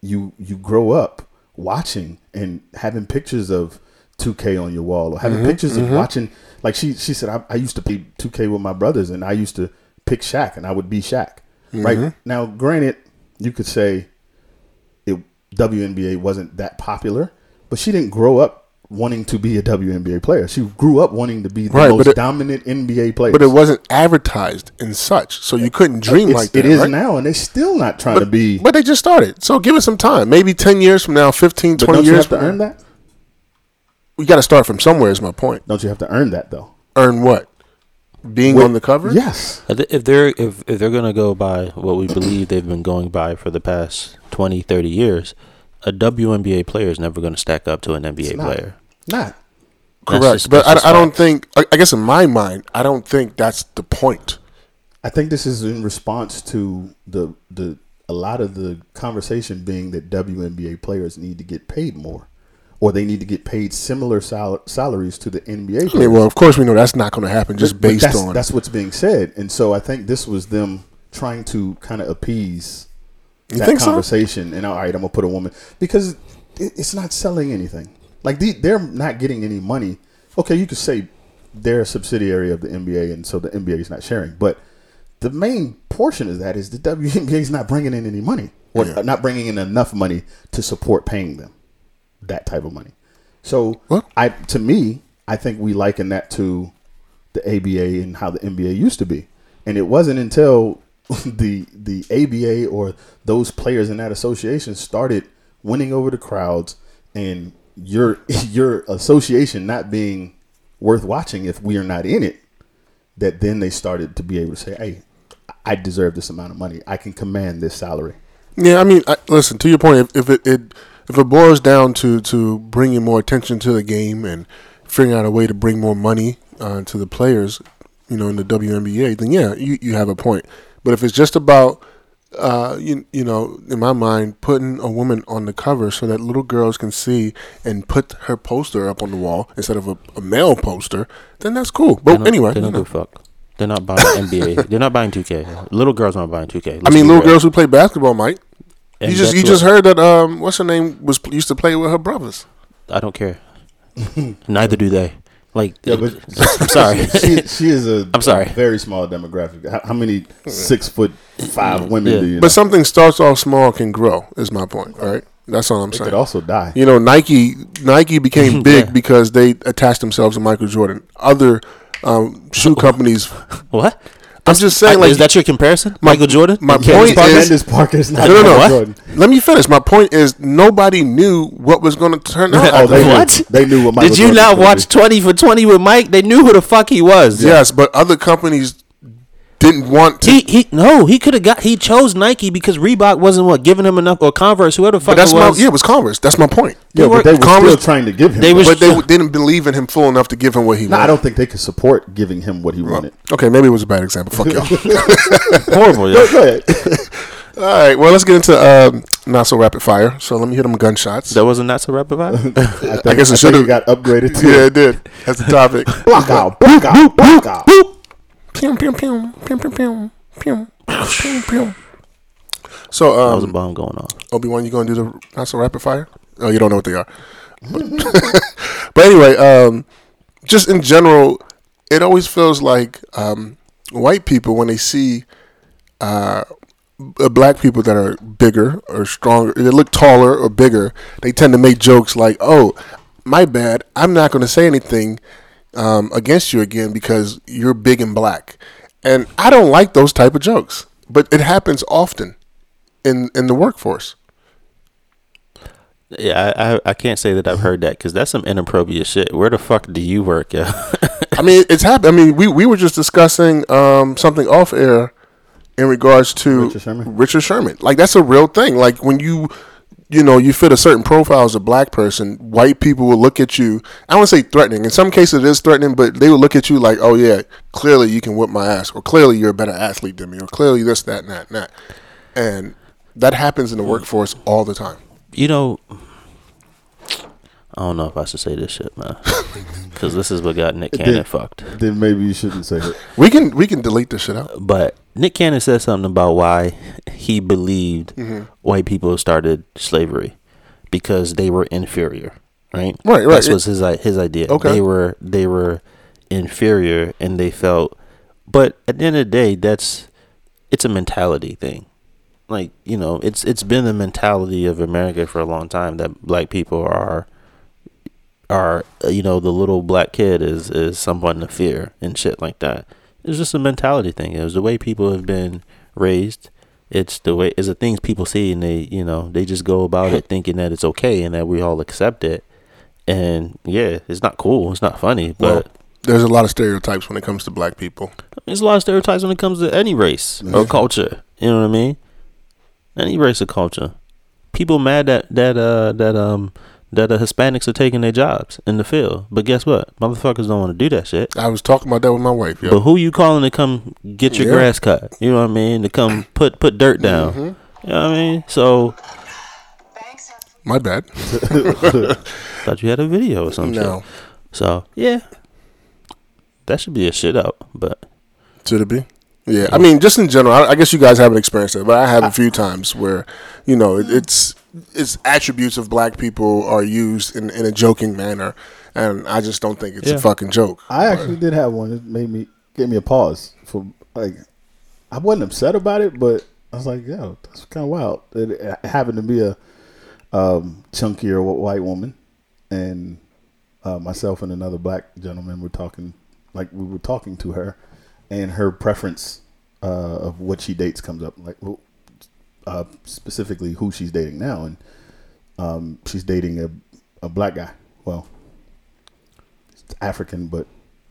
[SPEAKER 2] you you grow up watching and having pictures of 2K on your wall, or having
[SPEAKER 1] Mm-hmm,
[SPEAKER 2] pictures of watching. Like she she said, I, I used to play 2K with my brothers, and I used to pick Shaq, and I would be Shaq.
[SPEAKER 1] Mm-hmm.
[SPEAKER 2] Right now, granted, you could say it WNBA wasn't that popular, but she didn't grow up wanting to be a WNBA player. She grew up wanting to be the
[SPEAKER 1] Right, but
[SPEAKER 2] most
[SPEAKER 1] it-
[SPEAKER 2] dominant NBA player.
[SPEAKER 1] But it wasn't advertised and such, so you couldn't dream
[SPEAKER 2] It's-
[SPEAKER 1] like that.
[SPEAKER 2] It is
[SPEAKER 1] right?
[SPEAKER 2] now, and they're still not trying to be.
[SPEAKER 1] But they just started. So give it some time. Maybe 10 years from now, 15,
[SPEAKER 2] But
[SPEAKER 1] 20
[SPEAKER 2] don't
[SPEAKER 1] years
[SPEAKER 2] you have to
[SPEAKER 1] from
[SPEAKER 2] earn
[SPEAKER 1] now.
[SPEAKER 2] that?
[SPEAKER 1] We got to start from somewhere, is my point.
[SPEAKER 2] Don't you have to earn that though?
[SPEAKER 1] Earn what? Being on the cover?
[SPEAKER 2] Yes.
[SPEAKER 3] I thi- If they're if, if they're gonna go by what we believe they've been going by for the past 20, 30 years, a WNBA player is never gonna stack up to an NBA
[SPEAKER 2] not.
[SPEAKER 3] player.
[SPEAKER 2] Not.
[SPEAKER 3] That's
[SPEAKER 1] Correct.
[SPEAKER 3] just-
[SPEAKER 1] but
[SPEAKER 3] that's just
[SPEAKER 1] I, I don't
[SPEAKER 3] fact.
[SPEAKER 1] think, I, I guess in my mind, I don't think that's the point.
[SPEAKER 2] I think this is in response to the the a lot of the conversation being that WNBA players need to get paid more, or they need to get paid similar sal- salaries to the NBA. Players.
[SPEAKER 1] I mean, well, of course we know that's not going to happen just
[SPEAKER 2] But- but
[SPEAKER 1] based
[SPEAKER 2] that's,
[SPEAKER 1] on.
[SPEAKER 2] that's what's being said, and so I think this was them trying to kind of appease that
[SPEAKER 1] think so?
[SPEAKER 2] conversation. And all right, I'm gonna put a woman because it, it's not selling anything. Like the, they're not getting any money. Okay, you could say they're a subsidiary of the NBA, and so the NBA is not sharing. But the main portion of that is the WNBA is not bringing in any money, or
[SPEAKER 1] Yeah.
[SPEAKER 2] not bringing in enough money to support paying them that type of money. So
[SPEAKER 1] Well-
[SPEAKER 2] I to me, I think we liken that to the ABA and how the NBA used to be. And it wasn't until the the ABA or those players in that association started winning over the crowds and your your association not being worth watching if we are not in it that then they started to be able to say, "Hey, I deserve this amount of money. I can command this salary."
[SPEAKER 1] yeah, I mean, I, listen to your point. If, if it, it if it boils down to to bringing more attention to the game and figuring out a way to bring more money uh, to the players, you know, in the WNBA, then yeah, you, you have a point. But if it's just about uh, you, you know, in my mind, putting a woman on the cover so that little girls can see and put her poster up on the wall instead of a, a male poster, then that's cool.
[SPEAKER 3] They
[SPEAKER 1] But
[SPEAKER 3] don't-
[SPEAKER 1] anyway,
[SPEAKER 3] they don't
[SPEAKER 1] you know.
[SPEAKER 3] give a fuck. They're not buying NBA. They're not buying 2K. Little girls aren't buying 2K.
[SPEAKER 1] I mean, little girls who play basketball might. you just you just heard that um what's her name was used to play with her brothers.
[SPEAKER 3] I don't care. Neither do they. Like,
[SPEAKER 2] Yeah, but-
[SPEAKER 3] I'm sorry.
[SPEAKER 2] she, she is a
[SPEAKER 3] I'm sorry.
[SPEAKER 2] a very small demographic. How, how many six foot five women
[SPEAKER 3] Yeah.
[SPEAKER 2] do you?
[SPEAKER 1] But
[SPEAKER 2] know?
[SPEAKER 1] something starts off small can grow is my point. All right, that's all I'm
[SPEAKER 2] They could
[SPEAKER 1] saying.
[SPEAKER 2] also die.
[SPEAKER 1] You know, Nike Nike became big
[SPEAKER 3] Yeah.
[SPEAKER 1] because they attached themselves to Michael Jordan. Other um, shoe companies
[SPEAKER 3] what?
[SPEAKER 1] I'm just saying, like,
[SPEAKER 3] is that your comparison? Michael Jordan?
[SPEAKER 1] my
[SPEAKER 3] And Candace
[SPEAKER 1] point
[SPEAKER 3] Parker?
[SPEAKER 1] is-
[SPEAKER 2] Candace Parker's not
[SPEAKER 1] no, no, no.
[SPEAKER 2] Michael
[SPEAKER 1] What?
[SPEAKER 2] Jordan.
[SPEAKER 1] Let me finish. My point is, nobody knew what was going to turn out.
[SPEAKER 2] Oh, they knew-
[SPEAKER 3] what?
[SPEAKER 2] they knew what Michael
[SPEAKER 3] Did you
[SPEAKER 2] Jordan
[SPEAKER 3] not
[SPEAKER 2] was gonna
[SPEAKER 3] watch
[SPEAKER 2] be.
[SPEAKER 3] Twenty for Twenty with Mike? They knew who the fuck he was.
[SPEAKER 1] Yes, but other companies didn't want to.
[SPEAKER 3] He he no, he could have got he chose Nike because Reebok wasn't what giving him enough or Converse, whoever the fuck
[SPEAKER 1] but that's
[SPEAKER 3] it was.
[SPEAKER 1] my yeah. It was Converse. That's my point.
[SPEAKER 2] Yeah, but they were
[SPEAKER 1] Converse-
[SPEAKER 2] still trying to give him.
[SPEAKER 3] They
[SPEAKER 2] that.
[SPEAKER 3] was-
[SPEAKER 1] but they w- didn't believe in him full enough to give him what he
[SPEAKER 2] No,
[SPEAKER 1] wanted.
[SPEAKER 2] I don't think they could support giving him what he wanted.
[SPEAKER 1] Okay, maybe it was a bad example. Fuck y'all.
[SPEAKER 3] Horrible, yo.
[SPEAKER 2] Go ahead.
[SPEAKER 1] All right, well, let's get into um, not so rapid fire. So let me hit them gunshots.
[SPEAKER 3] That wasn't that's a rapper vibe.
[SPEAKER 2] I, think,
[SPEAKER 1] guess it
[SPEAKER 2] I
[SPEAKER 1] should've-
[SPEAKER 2] think it got upgraded to
[SPEAKER 1] Yeah, it did. That's the topic.
[SPEAKER 2] block out, block out, block out.
[SPEAKER 1] Pew, pew, pew, pew, pew, pew, pew, pew, pew. So,
[SPEAKER 3] that was a
[SPEAKER 1] um,
[SPEAKER 3] bomb going off.
[SPEAKER 1] Obi Wan, you gonna do the not so rapid fire? Oh, you don't know what they are. But, but anyway, um, just in general, it always feels like um, white people when they see uh, black people that are bigger or stronger, they look taller or bigger, they tend to make jokes like, "Oh, my bad. I'm not going to say anything um, against you again because you're big and black." And I don't like those type of jokes, but it happens often in in the workforce.
[SPEAKER 3] Yeah, I, I I can't say that I've heard that because that's some inappropriate shit. Where the fuck do you work, yo?
[SPEAKER 1] I mean, it's happened. I mean, we, we were just discussing um, something off air in regards to
[SPEAKER 2] Richard Sherman?
[SPEAKER 1] Richard Sherman. Like that's a real thing. Like when you you know you fit a certain profile as a black person, white people will look at you. I don't say threatening. In some cases, it is threatening, but they will look at you like, oh yeah, clearly you can whip my ass, or clearly you're a better athlete than me, or clearly this, that, and that, and that. And that happens in the workforce all the time.
[SPEAKER 3] you know, I don't know if I should say this shit, man, because this is what got Nick Cannon
[SPEAKER 2] did.
[SPEAKER 3] fucked.
[SPEAKER 2] Then maybe you shouldn't say it.
[SPEAKER 1] We can we can delete this shit out.
[SPEAKER 3] But Nick Cannon said something about why he believed
[SPEAKER 1] Mm-hmm.
[SPEAKER 3] white people started slavery because they were inferior, right?
[SPEAKER 1] Right, right.
[SPEAKER 3] That was his i- his idea.
[SPEAKER 1] Okay.
[SPEAKER 3] they were they were inferior and they felt. But at the end of the day, that's it's a mentality thing. Like you know, it's it's been the mentality of America for a long time that black people are are uh, you know the little black kid is is someone to fear and shit like that. It's just a mentality thing. It was the way people have been raised. It's the way it's the things people see and they you know they just go about it thinking that it's okay and that we all accept it. And yeah, it's not cool. It's not funny,
[SPEAKER 1] Well,
[SPEAKER 3] but
[SPEAKER 1] there's a lot of stereotypes when it comes to black people.
[SPEAKER 3] there's a lot of stereotypes when it comes to any race or culture. You know what I mean? Any race or culture. People mad that that uh that um that the Hispanics are taking their jobs in the field. But guess what? Motherfuckers don't want to do that shit.
[SPEAKER 1] I was talking about that with my wife. Yo.
[SPEAKER 3] But who you calling to come get your
[SPEAKER 1] Yeah.
[SPEAKER 3] grass cut? You know what I mean? To come put put dirt down. You know what I mean? So
[SPEAKER 1] My bad.
[SPEAKER 3] thought you had a video or something.
[SPEAKER 1] No.
[SPEAKER 3] So yeah, that should be a shit out. But
[SPEAKER 1] Should it be? Yeah, I mean, just in general, I, I guess you guys haven't experienced it, but I have a few times where, you know, it, it's it's attributes of black people are used in, in a joking manner, and I just don't think it's
[SPEAKER 3] Yeah.
[SPEAKER 1] a fucking joke.
[SPEAKER 2] I actually did have one. It made me gave me a pause for like I wasn't upset about it, but I was like, yo, that's kind of wild. It, it happened to be a um, chunkier wh- white woman, and uh, myself and another black gentleman were talking, like we were talking to her, and her preference uh, of what she dates comes up, like well, uh, specifically who she's dating now, and um, she's dating a a black guy. Well, African, but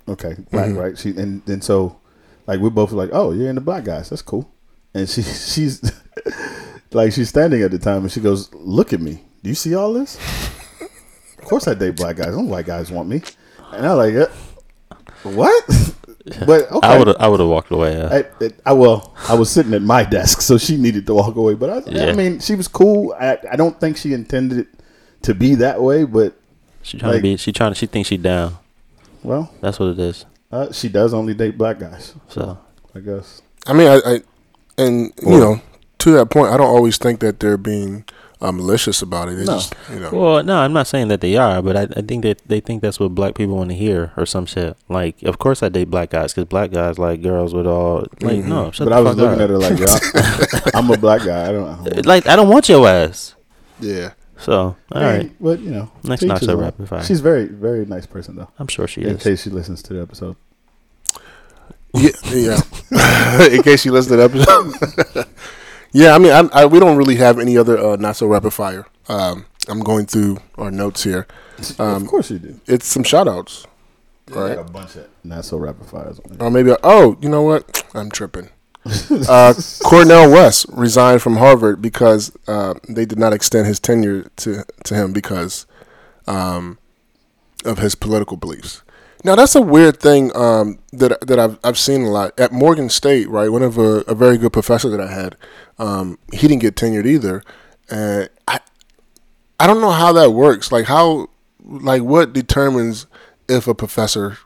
[SPEAKER 2] okay, black, right? She and and so like we're both like, oh, you're into black guys, that's cool. And she she's like she's standing at the time, and she goes, look at me, do you see all this? of course I date black guys. Don't white guys want me? And I like, uh, what? but okay,
[SPEAKER 3] I would I would have walked away. uh,
[SPEAKER 2] I, it, I well, I was sitting at my desk, so she needed to walk away. But I, I
[SPEAKER 3] Yeah.
[SPEAKER 2] mean, she was cool. I, I don't think she intended it to be that way, but
[SPEAKER 3] she trying
[SPEAKER 2] like-
[SPEAKER 3] to be. She trying to. She thinks she down.
[SPEAKER 2] well,
[SPEAKER 3] That's what it is.
[SPEAKER 2] uh, she does only date black guys,
[SPEAKER 3] So
[SPEAKER 2] I guess.
[SPEAKER 1] I mean, I, I and you know, to that point, I don't always think that they're being uh, malicious about it. They
[SPEAKER 2] No.
[SPEAKER 1] just, you know,
[SPEAKER 3] well, no, I'm not saying that they are, but I, I think that they think that's what black people want to hear or some shit. Like, of course I date black guys because black guys like girls with all like no. Shut
[SPEAKER 2] Mm-hmm. but
[SPEAKER 3] the
[SPEAKER 2] I was
[SPEAKER 3] fuck
[SPEAKER 2] looking
[SPEAKER 3] up. Uh,
[SPEAKER 2] at her like, yeah, I'm a black guy. I don't. I don't
[SPEAKER 3] Like I don't want your ass.
[SPEAKER 1] yeah.
[SPEAKER 3] So all
[SPEAKER 2] I mean,
[SPEAKER 3] right,
[SPEAKER 2] but you know,
[SPEAKER 3] Next
[SPEAKER 2] to each
[SPEAKER 3] notch
[SPEAKER 2] his
[SPEAKER 3] of
[SPEAKER 2] own.
[SPEAKER 3] rapid fire.
[SPEAKER 2] She's very, very nice person though.
[SPEAKER 3] I'm sure she
[SPEAKER 2] In
[SPEAKER 3] is.
[SPEAKER 2] case she listens to the episode,
[SPEAKER 1] Yeah, yeah. in case you listened to the episode. yeah, I mean, I, I, we don't really have any other uh, not so rapid fire. Um, I'm going through our notes here.
[SPEAKER 2] of course you do.
[SPEAKER 1] It's some shout outs. All right.
[SPEAKER 2] Um, Got a bunch of Um, not so rapid fires on there.
[SPEAKER 1] Or maybe, oh, you know what? I'm tripping. Uh, Cornell West resigned from Harvard because uh, they did not extend his tenure to, to him because um, of his political beliefs. Now, that's a weird thing um, that, that I've, I've seen a lot. At Morgan State, right, one of a, a very good professor that I had, um, he didn't get tenured either. And I, I don't know how that works. Like, how, like, what determines if a professor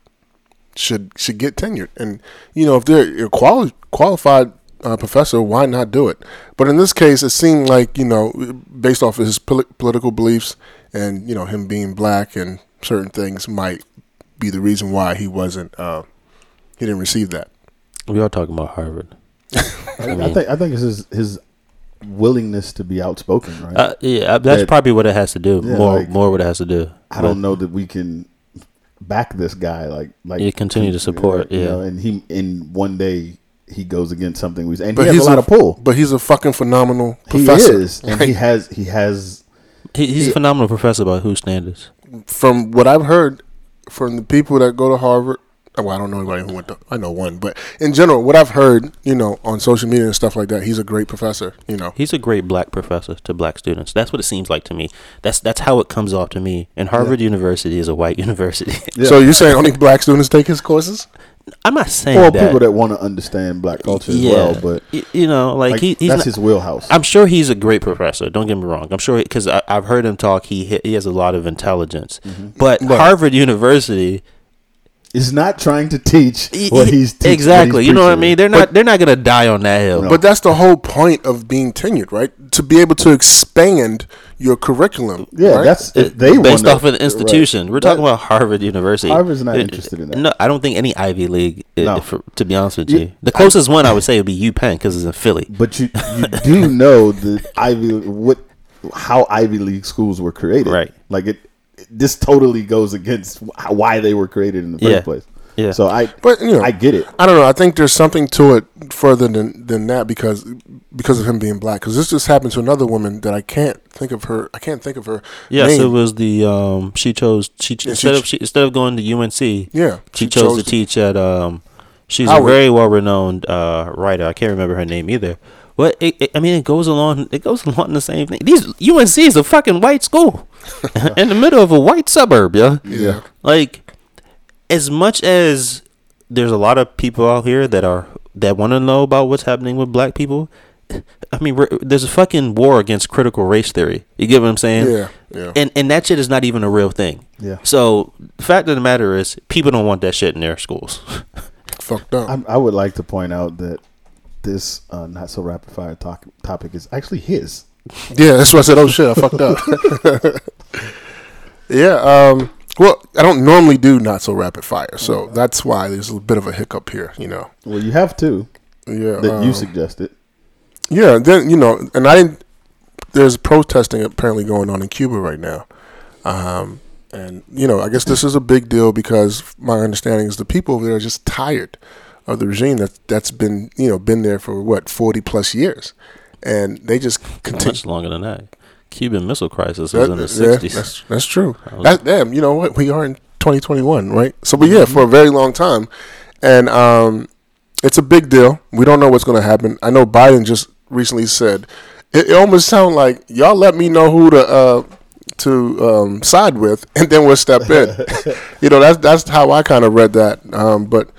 [SPEAKER 1] should should get tenured. And you know, if they're a quali- qualified uh, professor, why not do it? But in this case, it seemed like you know, based off of his pol- political beliefs and you know him being black and certain things might be the reason why he wasn't uh, he didn't receive that.
[SPEAKER 3] We are talking about Harvard.
[SPEAKER 2] I, I think I think it's his his willingness to be outspoken, right?
[SPEAKER 3] Uh, yeah, that's
[SPEAKER 2] That-
[SPEAKER 3] probably what it has to do.
[SPEAKER 2] Yeah,
[SPEAKER 3] more,
[SPEAKER 2] like-
[SPEAKER 3] more what it has to do.
[SPEAKER 2] I don't know that we can back this guy like like
[SPEAKER 3] You continue to support,
[SPEAKER 2] you
[SPEAKER 3] yeah.
[SPEAKER 2] know, and he in one day he goes against something we and
[SPEAKER 1] But
[SPEAKER 2] he has
[SPEAKER 1] he's
[SPEAKER 2] a lot of pull.
[SPEAKER 1] But he's a fucking phenomenal
[SPEAKER 2] He
[SPEAKER 1] professor.
[SPEAKER 2] is, and he has he has
[SPEAKER 3] He, he's a phenomenal professor by whose standards?
[SPEAKER 1] From what I've heard from the people that go to Harvard. oh, Well, I don't know anybody who went to. I know one, but in general, what I've heard, you know, on social media and stuff like that, he's a great professor. You know,
[SPEAKER 3] He's a great black professor to black students. That's what it seems like to me. That's that's how it comes off to me. And Harvard University is a white university.
[SPEAKER 2] Yeah.
[SPEAKER 1] So you're saying only black students take his courses?
[SPEAKER 3] I'm not saying
[SPEAKER 2] well
[SPEAKER 3] that.
[SPEAKER 2] people that want to understand black culture as
[SPEAKER 3] yeah,
[SPEAKER 2] well, but
[SPEAKER 3] Y- you know, like,
[SPEAKER 2] like,
[SPEAKER 3] he, he's
[SPEAKER 2] that's
[SPEAKER 3] not,
[SPEAKER 2] his wheelhouse.
[SPEAKER 3] I'm sure he's a great professor. Don't get me wrong. I'm sure because I've heard him talk. He he has a lot of intelligence.
[SPEAKER 2] Mm-hmm.
[SPEAKER 3] But Harvard University,
[SPEAKER 2] He's not trying to teach
[SPEAKER 3] y-
[SPEAKER 2] what
[SPEAKER 3] y-
[SPEAKER 2] he's teaching.
[SPEAKER 3] exactly. you know what I
[SPEAKER 2] preaching.
[SPEAKER 3] mean? They're not they're not gonna die on that hill.
[SPEAKER 1] But that's the whole point of being tenured, right? To be able to expand your curriculum.
[SPEAKER 2] Yeah,
[SPEAKER 1] right?
[SPEAKER 2] that's if they
[SPEAKER 3] based
[SPEAKER 2] wanna-
[SPEAKER 3] off of the institution.
[SPEAKER 2] right.
[SPEAKER 3] We're talking about Harvard University.
[SPEAKER 2] Harvard's not
[SPEAKER 3] It-
[SPEAKER 2] interested in that.
[SPEAKER 3] No, I don't think any Ivy League. uh,
[SPEAKER 2] No.
[SPEAKER 3] for- to be honest with
[SPEAKER 2] You-
[SPEAKER 3] you, the closest one I would say would be UPenn because it's in Philly.
[SPEAKER 2] But you you do know the Ivy what how Ivy League schools were created,
[SPEAKER 3] Right.
[SPEAKER 2] Like it, this totally goes against wh- why they were created in the first
[SPEAKER 3] Yeah.
[SPEAKER 2] place.
[SPEAKER 3] Yeah.
[SPEAKER 2] So I,
[SPEAKER 1] But, you know-
[SPEAKER 2] I get it.
[SPEAKER 1] I don't know. I think there's something to it further than than that because because of him being black. Because this just happened to another woman that I can't think of her. I can't think of her.
[SPEAKER 3] Yes,
[SPEAKER 1] name.
[SPEAKER 3] it was the um. She chose she,
[SPEAKER 1] Yeah,
[SPEAKER 3] instead
[SPEAKER 1] she-
[SPEAKER 3] of she, instead of going to UNC.
[SPEAKER 1] yeah.
[SPEAKER 3] she, chose, to teach at um she's a
[SPEAKER 1] Howard.
[SPEAKER 3] very well renowned uh writer i can't remember her name either but it, it, i mean it goes along it goes along the same thing these unc is a fucking white school in the middle of a white suburb yeah
[SPEAKER 1] Yeah.
[SPEAKER 3] like as much as there's a lot of people out here that are that want to know about what's happening with black people i mean we're, there's a fucking war against critical race theory you get what i'm saying
[SPEAKER 1] Yeah, yeah.
[SPEAKER 3] and and that shit is not even a real thing
[SPEAKER 2] Yeah.
[SPEAKER 3] so the fact of the matter is people don't want that shit in their schools
[SPEAKER 1] Fucked up.
[SPEAKER 2] I, I would like to point out that this uh, not so rapid fire talk, topic is actually his.
[SPEAKER 1] Yeah, that's why I said, "Oh shit, I fucked up." yeah. Um, well, I don't normally do not so rapid fire, so that's why there's a bit of a hiccup here. You know.
[SPEAKER 2] Well, you have two
[SPEAKER 1] Yeah.
[SPEAKER 2] that you
[SPEAKER 1] um,
[SPEAKER 2] suggested.
[SPEAKER 1] Yeah, then you know, and I didn't. There's protesting apparently going on in Cuba right now, um, and you know, I guess this is a big deal because my understanding is the people over there are just tired of the regime that that's been you know been there for what forty plus years, and they just continue.
[SPEAKER 3] much longer than that cuban missile crisis was
[SPEAKER 1] That-
[SPEAKER 3] in the
[SPEAKER 1] yeah,
[SPEAKER 3] 60s
[SPEAKER 1] that's that's true.
[SPEAKER 3] That was-
[SPEAKER 1] That, damn, you know what? We are in 2021, right? So, but yeah, for a very long time, and um, it's a big deal. We don't know what's going to happen. I know Biden just recently said it, it almost sounds like y'all let me know who to uh, to um, side with, and then we'll step in. you know, that's that's how I kind of read that. Um, but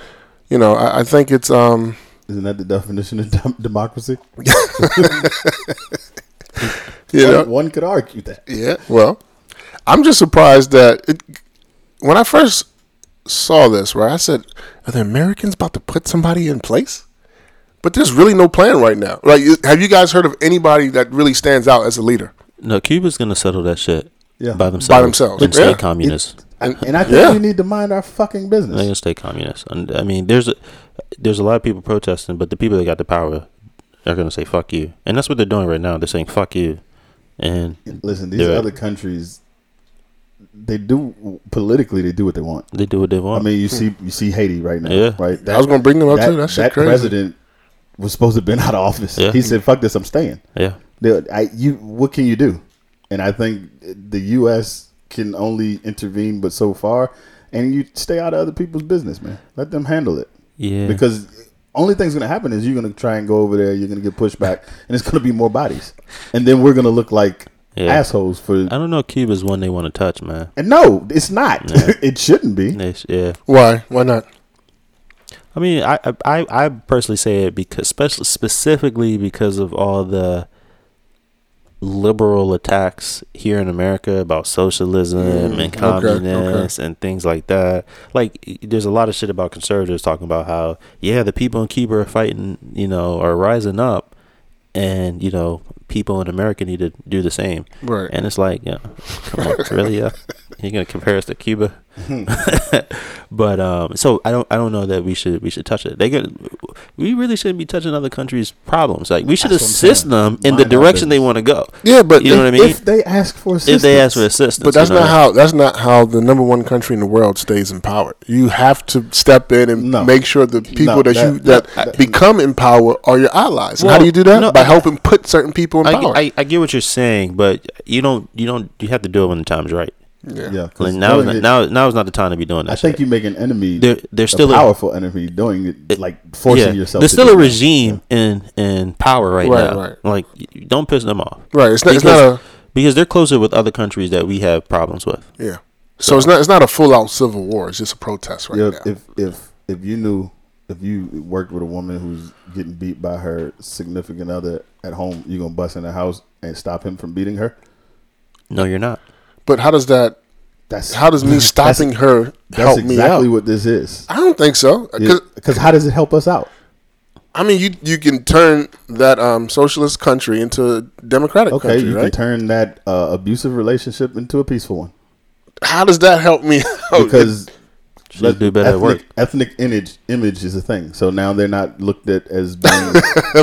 [SPEAKER 1] you know, I, I think it's um,
[SPEAKER 2] Isn't that the definition of dem- democracy?
[SPEAKER 1] you know,
[SPEAKER 2] One, one could argue that.
[SPEAKER 1] Yeah. Well, I'm just surprised that it, when I first saw this, right, I said, "Are the Americans about to put somebody in place?" But there's really no plan right now. Like, you- have you guys heard of anybody that really stands out as a leader?
[SPEAKER 3] no cuba's gonna settle that shit
[SPEAKER 2] Yeah.
[SPEAKER 3] by themselves
[SPEAKER 1] themselves,
[SPEAKER 3] and stay
[SPEAKER 1] yeah.
[SPEAKER 3] communist
[SPEAKER 2] And, and I think
[SPEAKER 1] Yeah.
[SPEAKER 2] we need to mind our fucking business.
[SPEAKER 3] They're gonna stay communist. And I mean, there's a, there's a lot of people protesting, but the people that got the power are gonna say "fuck you," and that's what they're doing right now. They're saying "fuck you," and
[SPEAKER 2] Listen, these
[SPEAKER 3] Yeah.
[SPEAKER 2] other countries they do politically. They do what they want.
[SPEAKER 3] They do what they want.
[SPEAKER 2] I mean, you see, you see Haiti right now,
[SPEAKER 3] Yeah.
[SPEAKER 2] right?
[SPEAKER 1] I was gonna bring them up
[SPEAKER 2] that,
[SPEAKER 1] too. That shit
[SPEAKER 2] that
[SPEAKER 1] crazy.
[SPEAKER 2] president was supposed to have been out of office.
[SPEAKER 3] Yeah.
[SPEAKER 2] He said, "Fuck this, I'm staying."
[SPEAKER 3] yeah.
[SPEAKER 2] Dude, I, you, what can you do? And I think the U.S. can only intervene, but so far, and you stay out of other people's business, man. Let them handle it
[SPEAKER 3] Yeah.
[SPEAKER 2] because only thing's going to happen is you're going to try and go over there, you're going to get pushback, and it's going to be more bodies, and then we're going to look like
[SPEAKER 3] Yeah.
[SPEAKER 2] assholes for.
[SPEAKER 3] I don't know. Cuba's one they want to touch, man.
[SPEAKER 2] And no, it's not. it shouldn't be.
[SPEAKER 3] They sh- yeah.
[SPEAKER 1] Why? Why not?
[SPEAKER 3] I mean, I I- I, I personally say it because, especially specifically because of all the liberal attacks here in America about socialism
[SPEAKER 1] Mm,
[SPEAKER 3] and
[SPEAKER 1] okay,
[SPEAKER 3] communists and things like that. Like, y- there's a lot of shit about conservatives talking about how yeah, the people in Cuba are fighting, you know, are rising up, and you know, people in America need to do the same.
[SPEAKER 1] Right.
[SPEAKER 3] And it's like, yeah, come on, really? Yeah, you're gonna compare us to Cuba?
[SPEAKER 2] Hmm.
[SPEAKER 3] but um, so I don't, I don't know that we should, we should touch it. They could, we really shouldn't be touching other countries' problems. Like we should
[SPEAKER 2] That's what I'm
[SPEAKER 3] assist
[SPEAKER 2] saying.
[SPEAKER 3] them in
[SPEAKER 2] Mind
[SPEAKER 3] the
[SPEAKER 2] our
[SPEAKER 3] direction they
[SPEAKER 2] business.
[SPEAKER 3] want to go.
[SPEAKER 1] yeah, but
[SPEAKER 3] You know what I mean?
[SPEAKER 2] If they ask for assistance,
[SPEAKER 3] If they ask for assistance,
[SPEAKER 1] But that's
[SPEAKER 3] you know?
[SPEAKER 1] not how that's not how the number one country in the world stays in power. You have to step in and
[SPEAKER 2] No.
[SPEAKER 1] make sure the people
[SPEAKER 2] No,
[SPEAKER 1] that, you
[SPEAKER 2] that-
[SPEAKER 1] that,
[SPEAKER 2] that-
[SPEAKER 1] become in power are your allies. and how
[SPEAKER 3] Well,
[SPEAKER 1] do you do that?
[SPEAKER 3] no,
[SPEAKER 1] By
[SPEAKER 3] I-
[SPEAKER 1] helping put certain people in
[SPEAKER 3] I,
[SPEAKER 1] power.
[SPEAKER 3] I, I get what you're saying, but you don't, you don't, you have to do it when the time's right.
[SPEAKER 1] yeah.
[SPEAKER 2] Yeah, 'cause
[SPEAKER 3] Like now,
[SPEAKER 2] doing
[SPEAKER 3] is
[SPEAKER 2] it-
[SPEAKER 3] now, now is not the time to be doing that.
[SPEAKER 2] I
[SPEAKER 3] shit.
[SPEAKER 2] think you make an enemy.
[SPEAKER 3] They're- they're
[SPEAKER 2] a
[SPEAKER 3] still a-
[SPEAKER 2] powerful enemy doing it, like forcing yourself.
[SPEAKER 3] There's
[SPEAKER 2] to
[SPEAKER 3] still
[SPEAKER 2] do
[SPEAKER 3] a
[SPEAKER 2] that.
[SPEAKER 3] regime in in power right,
[SPEAKER 1] Right,
[SPEAKER 3] now.
[SPEAKER 1] right.
[SPEAKER 3] Like, y- y- don't piss them off.
[SPEAKER 1] Right, it's not- it's not a-
[SPEAKER 3] because they're closer with other countries that we have problems with.
[SPEAKER 1] Yeah. So, it's not it's not a full out civil war. It's just a protest right
[SPEAKER 2] Yeah,
[SPEAKER 1] now.
[SPEAKER 2] if if if you knew if you worked with a woman who's getting beat by her significant other at home, you gonna bust in the house and stop him from beating her.
[SPEAKER 3] No, you're not.
[SPEAKER 1] but how does that?
[SPEAKER 2] That's
[SPEAKER 1] How does me
[SPEAKER 2] that's-
[SPEAKER 1] stopping her
[SPEAKER 2] That's
[SPEAKER 1] help
[SPEAKER 2] exactly
[SPEAKER 1] me out?
[SPEAKER 2] what this is.
[SPEAKER 1] I don't think so. 'Cause-
[SPEAKER 2] Because how does it help us out?
[SPEAKER 1] I mean, you you can turn that um, socialist country into a democratic
[SPEAKER 2] Okay,
[SPEAKER 1] country,
[SPEAKER 2] you
[SPEAKER 1] right?
[SPEAKER 2] can turn that uh, abusive relationship into a peaceful one
[SPEAKER 1] How does that help me? out?
[SPEAKER 2] because
[SPEAKER 3] Should do better
[SPEAKER 2] ethnic,
[SPEAKER 3] at work.
[SPEAKER 2] Ethnic image image is a thing, so now they're not looked at as being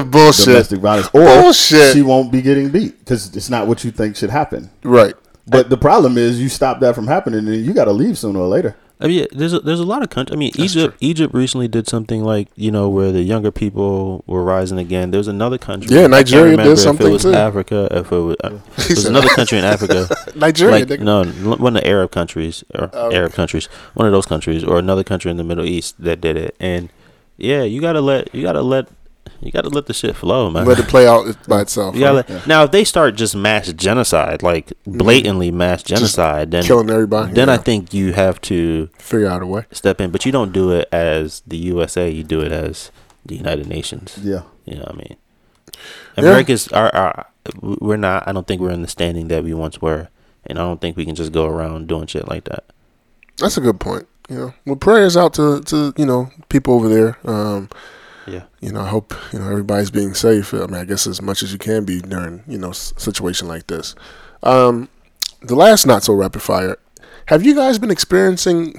[SPEAKER 1] bullshit.
[SPEAKER 2] domestic violence, or
[SPEAKER 3] Oh,
[SPEAKER 1] Bullshit.
[SPEAKER 2] she won't be getting beat because it's not what you think should happen.
[SPEAKER 1] Right.
[SPEAKER 2] But the problem is, you stop that from happening, and you got to leave sooner or later.
[SPEAKER 3] I mean, there's a, there's a lot of countries. I mean, Egypt Egypt recently did something like you know where the younger people were rising again. There was another country.
[SPEAKER 1] Yeah,
[SPEAKER 3] I can't
[SPEAKER 1] Nigeria did
[SPEAKER 3] remember If
[SPEAKER 1] something,
[SPEAKER 3] it was
[SPEAKER 1] too.
[SPEAKER 3] Africa, if it was, uh,
[SPEAKER 1] He
[SPEAKER 3] there was
[SPEAKER 1] said-
[SPEAKER 3] another country in Africa.
[SPEAKER 1] Nigeria,
[SPEAKER 3] like,
[SPEAKER 1] nigga. Oh,
[SPEAKER 3] no, l- one of the Arab countries or Arab countries, one of those countries, or another country in the Middle East that did it. And yeah, you gotta let you gotta let you gotta let the shit flow, man.
[SPEAKER 1] Let it play out by itself.
[SPEAKER 3] You gotta
[SPEAKER 1] right?
[SPEAKER 3] let- Now, if they start just mass genocide, like blatantly mass genocide, then
[SPEAKER 1] killing everybody.
[SPEAKER 3] Then I
[SPEAKER 1] yeah.
[SPEAKER 3] think you have to
[SPEAKER 1] figure out a way.
[SPEAKER 3] step in, but you don't do it as the USA. You do it as the United Nations.
[SPEAKER 2] Yeah,
[SPEAKER 3] You know what I mean?
[SPEAKER 1] Yeah.
[SPEAKER 3] America's are, are we're not. I don't think we're in the standing that we once were, and I don't think we can just go around doing shit like that.
[SPEAKER 1] That's a good point. You know, well, prayers out to to you know people over there. Um,
[SPEAKER 3] Yeah.
[SPEAKER 1] you know, I hope you know everybody's being safe. I mean, I guess as much as you can be during you know s- situation like this. Um, the last not so rapid fire. Have you guys been experiencing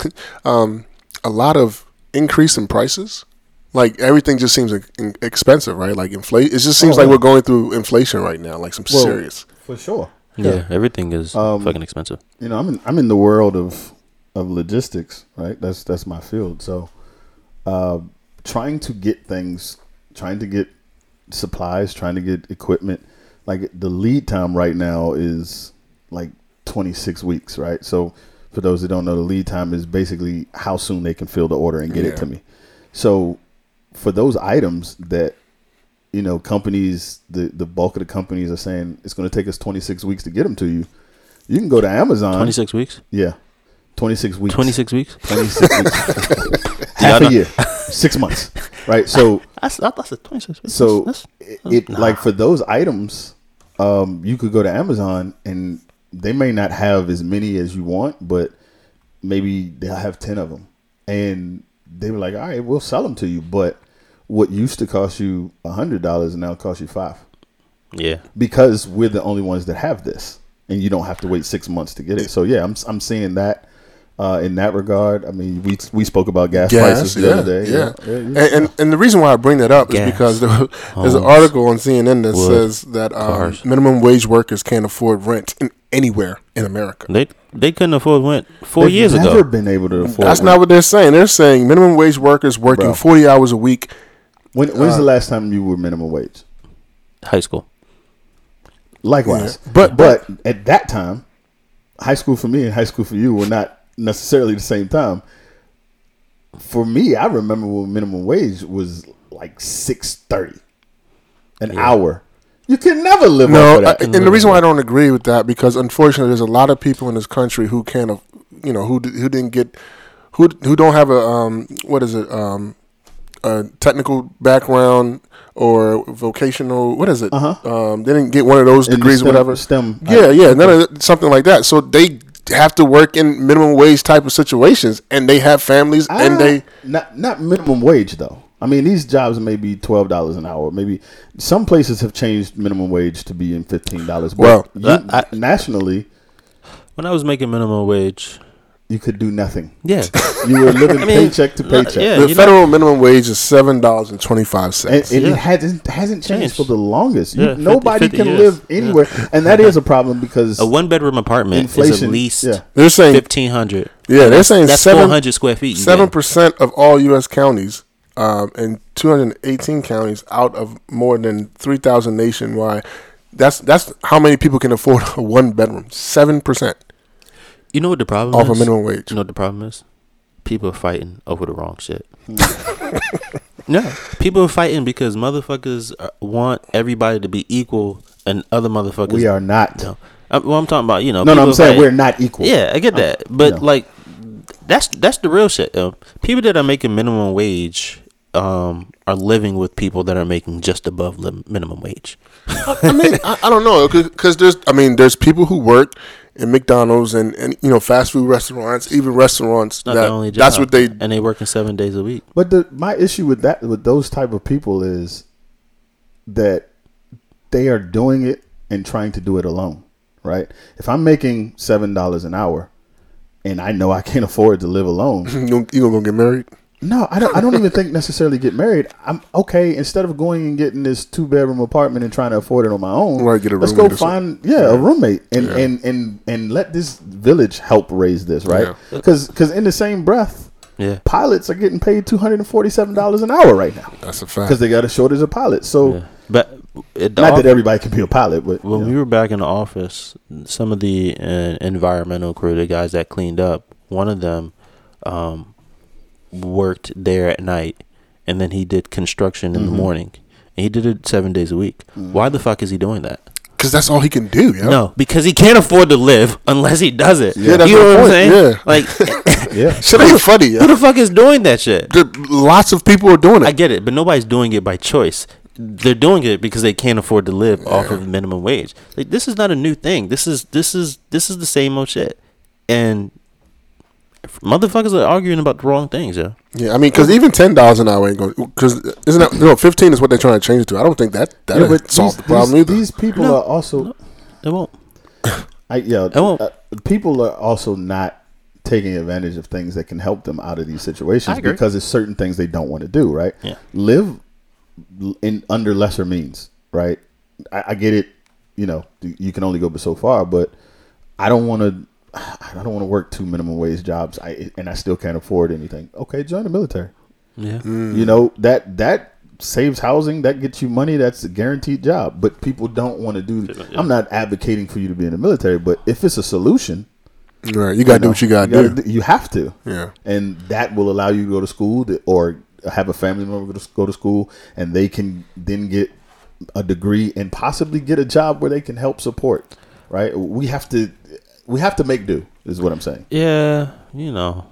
[SPEAKER 1] um, a lot of increase in prices? Like everything just seems like, in- expensive, right? Like inflate. It just seems
[SPEAKER 2] Oh,
[SPEAKER 1] like
[SPEAKER 2] yeah.
[SPEAKER 1] we're going through inflation right now, like some
[SPEAKER 2] Well,
[SPEAKER 1] serious.
[SPEAKER 2] for sure.
[SPEAKER 3] Yeah. everything is
[SPEAKER 2] Um,
[SPEAKER 3] fucking expensive.
[SPEAKER 2] you know, I'm in I'm in the world of of logistics, right? That's that's my field. So, uh, trying to get things, trying to get supplies, trying to get equipment, like the lead time right now is like 26 weeks, right? So, for those that don't know, the lead time is basically how soon they can fill the order and get
[SPEAKER 1] Yeah.
[SPEAKER 2] it to me. So, for those items that you know, companies, the, the bulk of the companies are saying it's going to take us 26 weeks to get them to you. You can go to Amazon.
[SPEAKER 3] Twenty six weeks.
[SPEAKER 2] Yeah. 26 weeks.
[SPEAKER 3] Twenty six weeks.
[SPEAKER 2] 26 weeks. Half a year. Six months. Right. So,
[SPEAKER 3] That's I thought twenty six weeks.
[SPEAKER 2] so
[SPEAKER 3] That's-
[SPEAKER 2] it, it- like for those items, um, you could go to Amazon and they may not have as many as you want, but maybe they'll have 10 of them. And they were like, all right, we'll sell them to you. But what used to cost you a $100 now costs you 5
[SPEAKER 3] yeah.
[SPEAKER 2] because we're the only ones that have this, and you don't have to wait six months to get it. So yeah, I'm I'm seeing that. uh, in that regard. I mean, we we spoke about gas
[SPEAKER 1] Gas,
[SPEAKER 2] prices the
[SPEAKER 1] yeah,
[SPEAKER 2] other day.
[SPEAKER 1] yeah.
[SPEAKER 2] yeah.
[SPEAKER 1] And, and and the reason why I bring that up
[SPEAKER 3] Gas,
[SPEAKER 1] is because there, was- there's an
[SPEAKER 3] homes,
[SPEAKER 1] article on CNN that
[SPEAKER 3] wood,
[SPEAKER 1] says that um,
[SPEAKER 3] cars.
[SPEAKER 1] minimum wage workers can't afford rent in, anywhere in America.
[SPEAKER 3] They they couldn't afford rent 4
[SPEAKER 2] They've
[SPEAKER 3] years
[SPEAKER 2] never
[SPEAKER 3] ago.
[SPEAKER 2] been able to afford.
[SPEAKER 1] That's
[SPEAKER 2] it.
[SPEAKER 1] not what they're saying. They're saying minimum wage workers working
[SPEAKER 2] Bro.
[SPEAKER 1] 40 hours a week.
[SPEAKER 2] When, when's the
[SPEAKER 1] Uh,
[SPEAKER 2] last time you were minimum wage?
[SPEAKER 3] High school.
[SPEAKER 2] Likewise,
[SPEAKER 1] Yeah.
[SPEAKER 2] but but at that time, high school for me and high school for you were not necessarily the same time. For me, I remember when minimum wage was like six thirty an hour. You can never live
[SPEAKER 1] No, uh,
[SPEAKER 2] off of
[SPEAKER 1] I,
[SPEAKER 2] that.
[SPEAKER 1] and the reason why I don't agree with that because unfortunately there's a lot of people in this country who can't, aff- you know, who d- who didn't get, who who don't have a um what is it um a technical background or vocational what is it
[SPEAKER 2] Uh-huh.
[SPEAKER 1] um they didn't get one of those
[SPEAKER 2] In the
[SPEAKER 1] degrees
[SPEAKER 2] STEM-
[SPEAKER 1] whatever
[SPEAKER 2] STEM.
[SPEAKER 1] yeah yeah none of that- something like that so they have to work in minimum wage type of situations and they have families and
[SPEAKER 2] Ah,
[SPEAKER 1] they
[SPEAKER 2] not not minimum wage though. I mean, these jobs may be twelve dollars an hour. Maybe some places have changed minimum wage to be in fifteen dollars.
[SPEAKER 1] Well,
[SPEAKER 3] I-
[SPEAKER 2] nationally,
[SPEAKER 3] When I was making minimum wage,
[SPEAKER 2] you could do nothing.
[SPEAKER 3] yeah.
[SPEAKER 2] You were living
[SPEAKER 3] mean,
[SPEAKER 2] paycheck to paycheck.
[SPEAKER 3] yeah,
[SPEAKER 1] the
[SPEAKER 3] you know-
[SPEAKER 1] federal minimum wage is seven dollars and twenty five
[SPEAKER 2] And,
[SPEAKER 1] cents
[SPEAKER 2] and
[SPEAKER 3] Yeah.
[SPEAKER 2] it hasn't hasn't changed,
[SPEAKER 3] Changed.
[SPEAKER 2] for the longest. You,
[SPEAKER 3] Yeah, 50
[SPEAKER 2] nobody
[SPEAKER 3] 50
[SPEAKER 2] can
[SPEAKER 3] years.
[SPEAKER 2] live anywhere, and that is a problem because
[SPEAKER 3] A one bedroom apartment is
[SPEAKER 2] Inflation,
[SPEAKER 3] at least
[SPEAKER 2] yeah.
[SPEAKER 1] they're saying
[SPEAKER 3] fifteen hundred.
[SPEAKER 1] yeah they're saying
[SPEAKER 3] That's four
[SPEAKER 1] seven
[SPEAKER 3] hundred square feet. you
[SPEAKER 1] seven
[SPEAKER 3] get.
[SPEAKER 1] percent of all U.S. counties um, and 218 counties out of more than 3,000 nationwide. That's that's how many people can afford a one bedroom. Seven percent
[SPEAKER 3] You know what the problem
[SPEAKER 1] off
[SPEAKER 3] is?
[SPEAKER 1] of minimum wage.
[SPEAKER 3] You know what the problem is? People are fighting over the wrong shit. no, people are fighting because motherfuckers uh, want everybody to be equal, and other motherfuckers.
[SPEAKER 2] we are not. No,
[SPEAKER 3] No, I, well, I'm talking about you know.
[SPEAKER 2] no,
[SPEAKER 3] people
[SPEAKER 2] I'm saying
[SPEAKER 3] fighting-
[SPEAKER 2] we're not equal.
[SPEAKER 3] Yeah, I get that, but
[SPEAKER 2] no.
[SPEAKER 3] like, that's that's the real shit. Though. People that are making minimum wage um, are living with people that are making just above the minimum wage.
[SPEAKER 1] I mean, I, I don't know because there's I mean there's people who work in McDonald's and, and you know fast food restaurants, even restaurants
[SPEAKER 3] Not
[SPEAKER 1] that
[SPEAKER 3] their only job.
[SPEAKER 1] that's what they.
[SPEAKER 3] and they working seven days a week.
[SPEAKER 2] But the, my issue with that with those type of people is that they are doing it and trying to do it alone, right? If I'm making seven dollars an hour, and I know I can't afford to live alone,
[SPEAKER 1] You gonna- you gonna get married?
[SPEAKER 2] No, I don't. I don't even think necessarily get married. I'm okay. Instead of going and getting this two bedroom apartment and trying to afford it on my own,
[SPEAKER 1] Right, get a
[SPEAKER 2] let's go
[SPEAKER 1] roommate or
[SPEAKER 2] find yeah, a roommate and, and and and let this village help raise this right. Because in the same breath,
[SPEAKER 3] Yeah,
[SPEAKER 2] pilots are getting paid two hundred and forty seven dollars an hour right now
[SPEAKER 1] That's a fact.
[SPEAKER 2] because they got a shortage of pilots. So
[SPEAKER 3] yeah. but it,
[SPEAKER 2] not that everybody can be a pilot, but
[SPEAKER 3] When we were back in the office, some of the uh, environmental crew, the guys that cleaned up, one of them um, worked there at night, and then he did construction in
[SPEAKER 1] Mm-hmm.
[SPEAKER 3] the morning, and he did it seven days a week.
[SPEAKER 1] Mm.
[SPEAKER 3] Why the fuck is he doing that?
[SPEAKER 1] Because that's all he can do. Yeah.
[SPEAKER 3] No, because he can't afford to live unless he does it.
[SPEAKER 1] Yeah, that's
[SPEAKER 3] you know
[SPEAKER 1] my
[SPEAKER 3] what I'm
[SPEAKER 1] point,
[SPEAKER 3] saying?
[SPEAKER 1] yeah.
[SPEAKER 3] Like,
[SPEAKER 2] yeah,
[SPEAKER 1] Shit ain't funny. Yeah.
[SPEAKER 3] who the fuck is doing that shit?
[SPEAKER 1] There- lots of people are doing it.
[SPEAKER 3] I get it, but nobody's doing it by choice. They're doing it because they can't afford to live off of minimum wage. Like this is not a new thing. This is this is this is the same old shit. And motherfuckers are arguing about the wrong things, yo.
[SPEAKER 1] Yeah, I mean, because even ten dollars an hour ain't going. Because isn't that no fifteen is what they're trying to change it to? I don't think that that
[SPEAKER 2] yeah
[SPEAKER 1] yeah,
[SPEAKER 2] but
[SPEAKER 1] solve
[SPEAKER 2] these,
[SPEAKER 1] the problem
[SPEAKER 2] these,
[SPEAKER 1] either.
[SPEAKER 2] these people
[SPEAKER 3] No.
[SPEAKER 2] are also
[SPEAKER 3] It won't.
[SPEAKER 2] I yeah.
[SPEAKER 3] won't-
[SPEAKER 2] uh, people are also not taking advantage of things that can help them out of these situations
[SPEAKER 3] I agree.
[SPEAKER 2] because it's certain things they don't want to do. Right?
[SPEAKER 3] Yeah.
[SPEAKER 2] Live l- in under lesser means. Right? I, I get it. You know, you you can only go but so far. But I don't want to. I don't want to work two minimum wage jobs. I and I still can't afford anything. Okay, join the military.
[SPEAKER 3] Yeah.
[SPEAKER 1] Mm.
[SPEAKER 2] You know that that saves housing. That gets you money. That's a guaranteed job. But people don't want to do. I'm not advocating for you to be in the military, but if it's a solution,
[SPEAKER 1] right, you gotta do
[SPEAKER 2] know,
[SPEAKER 1] what you gotta,
[SPEAKER 2] gotta
[SPEAKER 1] do.
[SPEAKER 2] do- You have to.
[SPEAKER 1] Yeah.
[SPEAKER 2] And that will allow you to go to school to, or have a family member go to- go to school, and they can then get a degree and possibly get a job where they can help support. Right? We have to. We have to make do. Is what I'm saying.
[SPEAKER 3] Yeah, you know.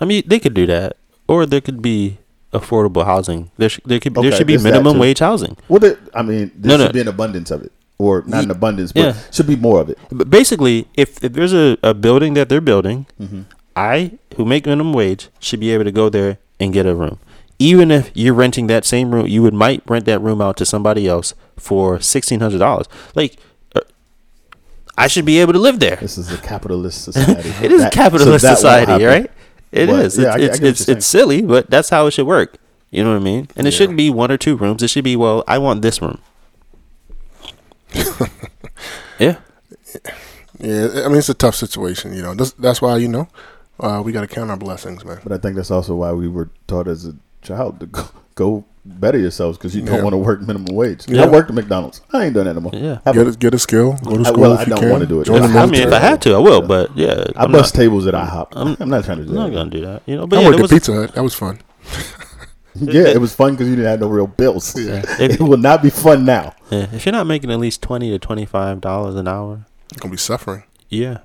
[SPEAKER 3] I mean, they could do that. Or there could be affordable housing. There should there could there
[SPEAKER 2] Okay,
[SPEAKER 3] should be
[SPEAKER 2] there's that
[SPEAKER 3] minimum
[SPEAKER 2] too.
[SPEAKER 3] wage housing.
[SPEAKER 2] Well, there, I mean, there
[SPEAKER 3] No, no.
[SPEAKER 2] should be an abundance of it, or not an abundance, but
[SPEAKER 3] Yeah.
[SPEAKER 2] should be more of it.
[SPEAKER 3] But basically, if, if there's a, a building that they're building,
[SPEAKER 2] Mm-hmm.
[SPEAKER 3] I, who make minimum wage, should be able to go there and get a room. Even if you're renting that same room, you would might rent that room out to somebody else for sixteen hundred dollars. Like, uh, I should be able to live there.
[SPEAKER 2] This is a capitalist society.
[SPEAKER 3] It is
[SPEAKER 2] That-
[SPEAKER 3] a
[SPEAKER 2] so
[SPEAKER 3] capitalist
[SPEAKER 2] that won't
[SPEAKER 3] society,
[SPEAKER 2] happen.
[SPEAKER 3] right? It
[SPEAKER 2] But,
[SPEAKER 3] is.
[SPEAKER 2] yeah, I- I
[SPEAKER 3] it's
[SPEAKER 2] get what
[SPEAKER 3] it's, it's,
[SPEAKER 2] you're
[SPEAKER 3] it's silly, but that's how it should work. You know what I mean? And it shouldn't be one or two rooms. It should be well. I want this room. yeah.
[SPEAKER 1] Yeah, I mean it's a tough situation, you know. That's, that's why you know uh, we got to count our blessings, man.
[SPEAKER 2] But I think that's also why we were taught as a child to go, go better yourselves because you don't
[SPEAKER 1] Yeah.
[SPEAKER 2] want to work minimum wage.
[SPEAKER 3] Yeah.
[SPEAKER 2] I worked at McDonald's. I ain't done that anymore.
[SPEAKER 3] Yeah.
[SPEAKER 2] I,
[SPEAKER 1] Get a, get a skill, go to
[SPEAKER 2] I-
[SPEAKER 1] school
[SPEAKER 2] well,
[SPEAKER 1] if
[SPEAKER 2] I
[SPEAKER 1] you
[SPEAKER 2] don't
[SPEAKER 1] can.
[SPEAKER 2] wanna do it.
[SPEAKER 1] Join the
[SPEAKER 2] If-
[SPEAKER 3] I mean, if I
[SPEAKER 1] military.
[SPEAKER 3] had to, I will. But yeah,
[SPEAKER 2] I
[SPEAKER 3] I'm
[SPEAKER 2] bust
[SPEAKER 3] not,
[SPEAKER 2] tables at IHOP. I'm,
[SPEAKER 3] I'm-
[SPEAKER 2] I'm not trying to do
[SPEAKER 3] I'm not
[SPEAKER 2] that.
[SPEAKER 3] gonna do that. You know, but
[SPEAKER 1] I
[SPEAKER 3] yeah,
[SPEAKER 1] worked
[SPEAKER 3] there
[SPEAKER 1] at
[SPEAKER 3] was,
[SPEAKER 1] Pizza Hut. That was fun.
[SPEAKER 2] Yeah, it was fun because you didn't have no real bills.
[SPEAKER 3] If-
[SPEAKER 2] it will not be fun now.
[SPEAKER 3] yeah, if you're not making at least twenty to twenty five dollars an hour,
[SPEAKER 1] You're gonna be suffering.
[SPEAKER 3] yeah,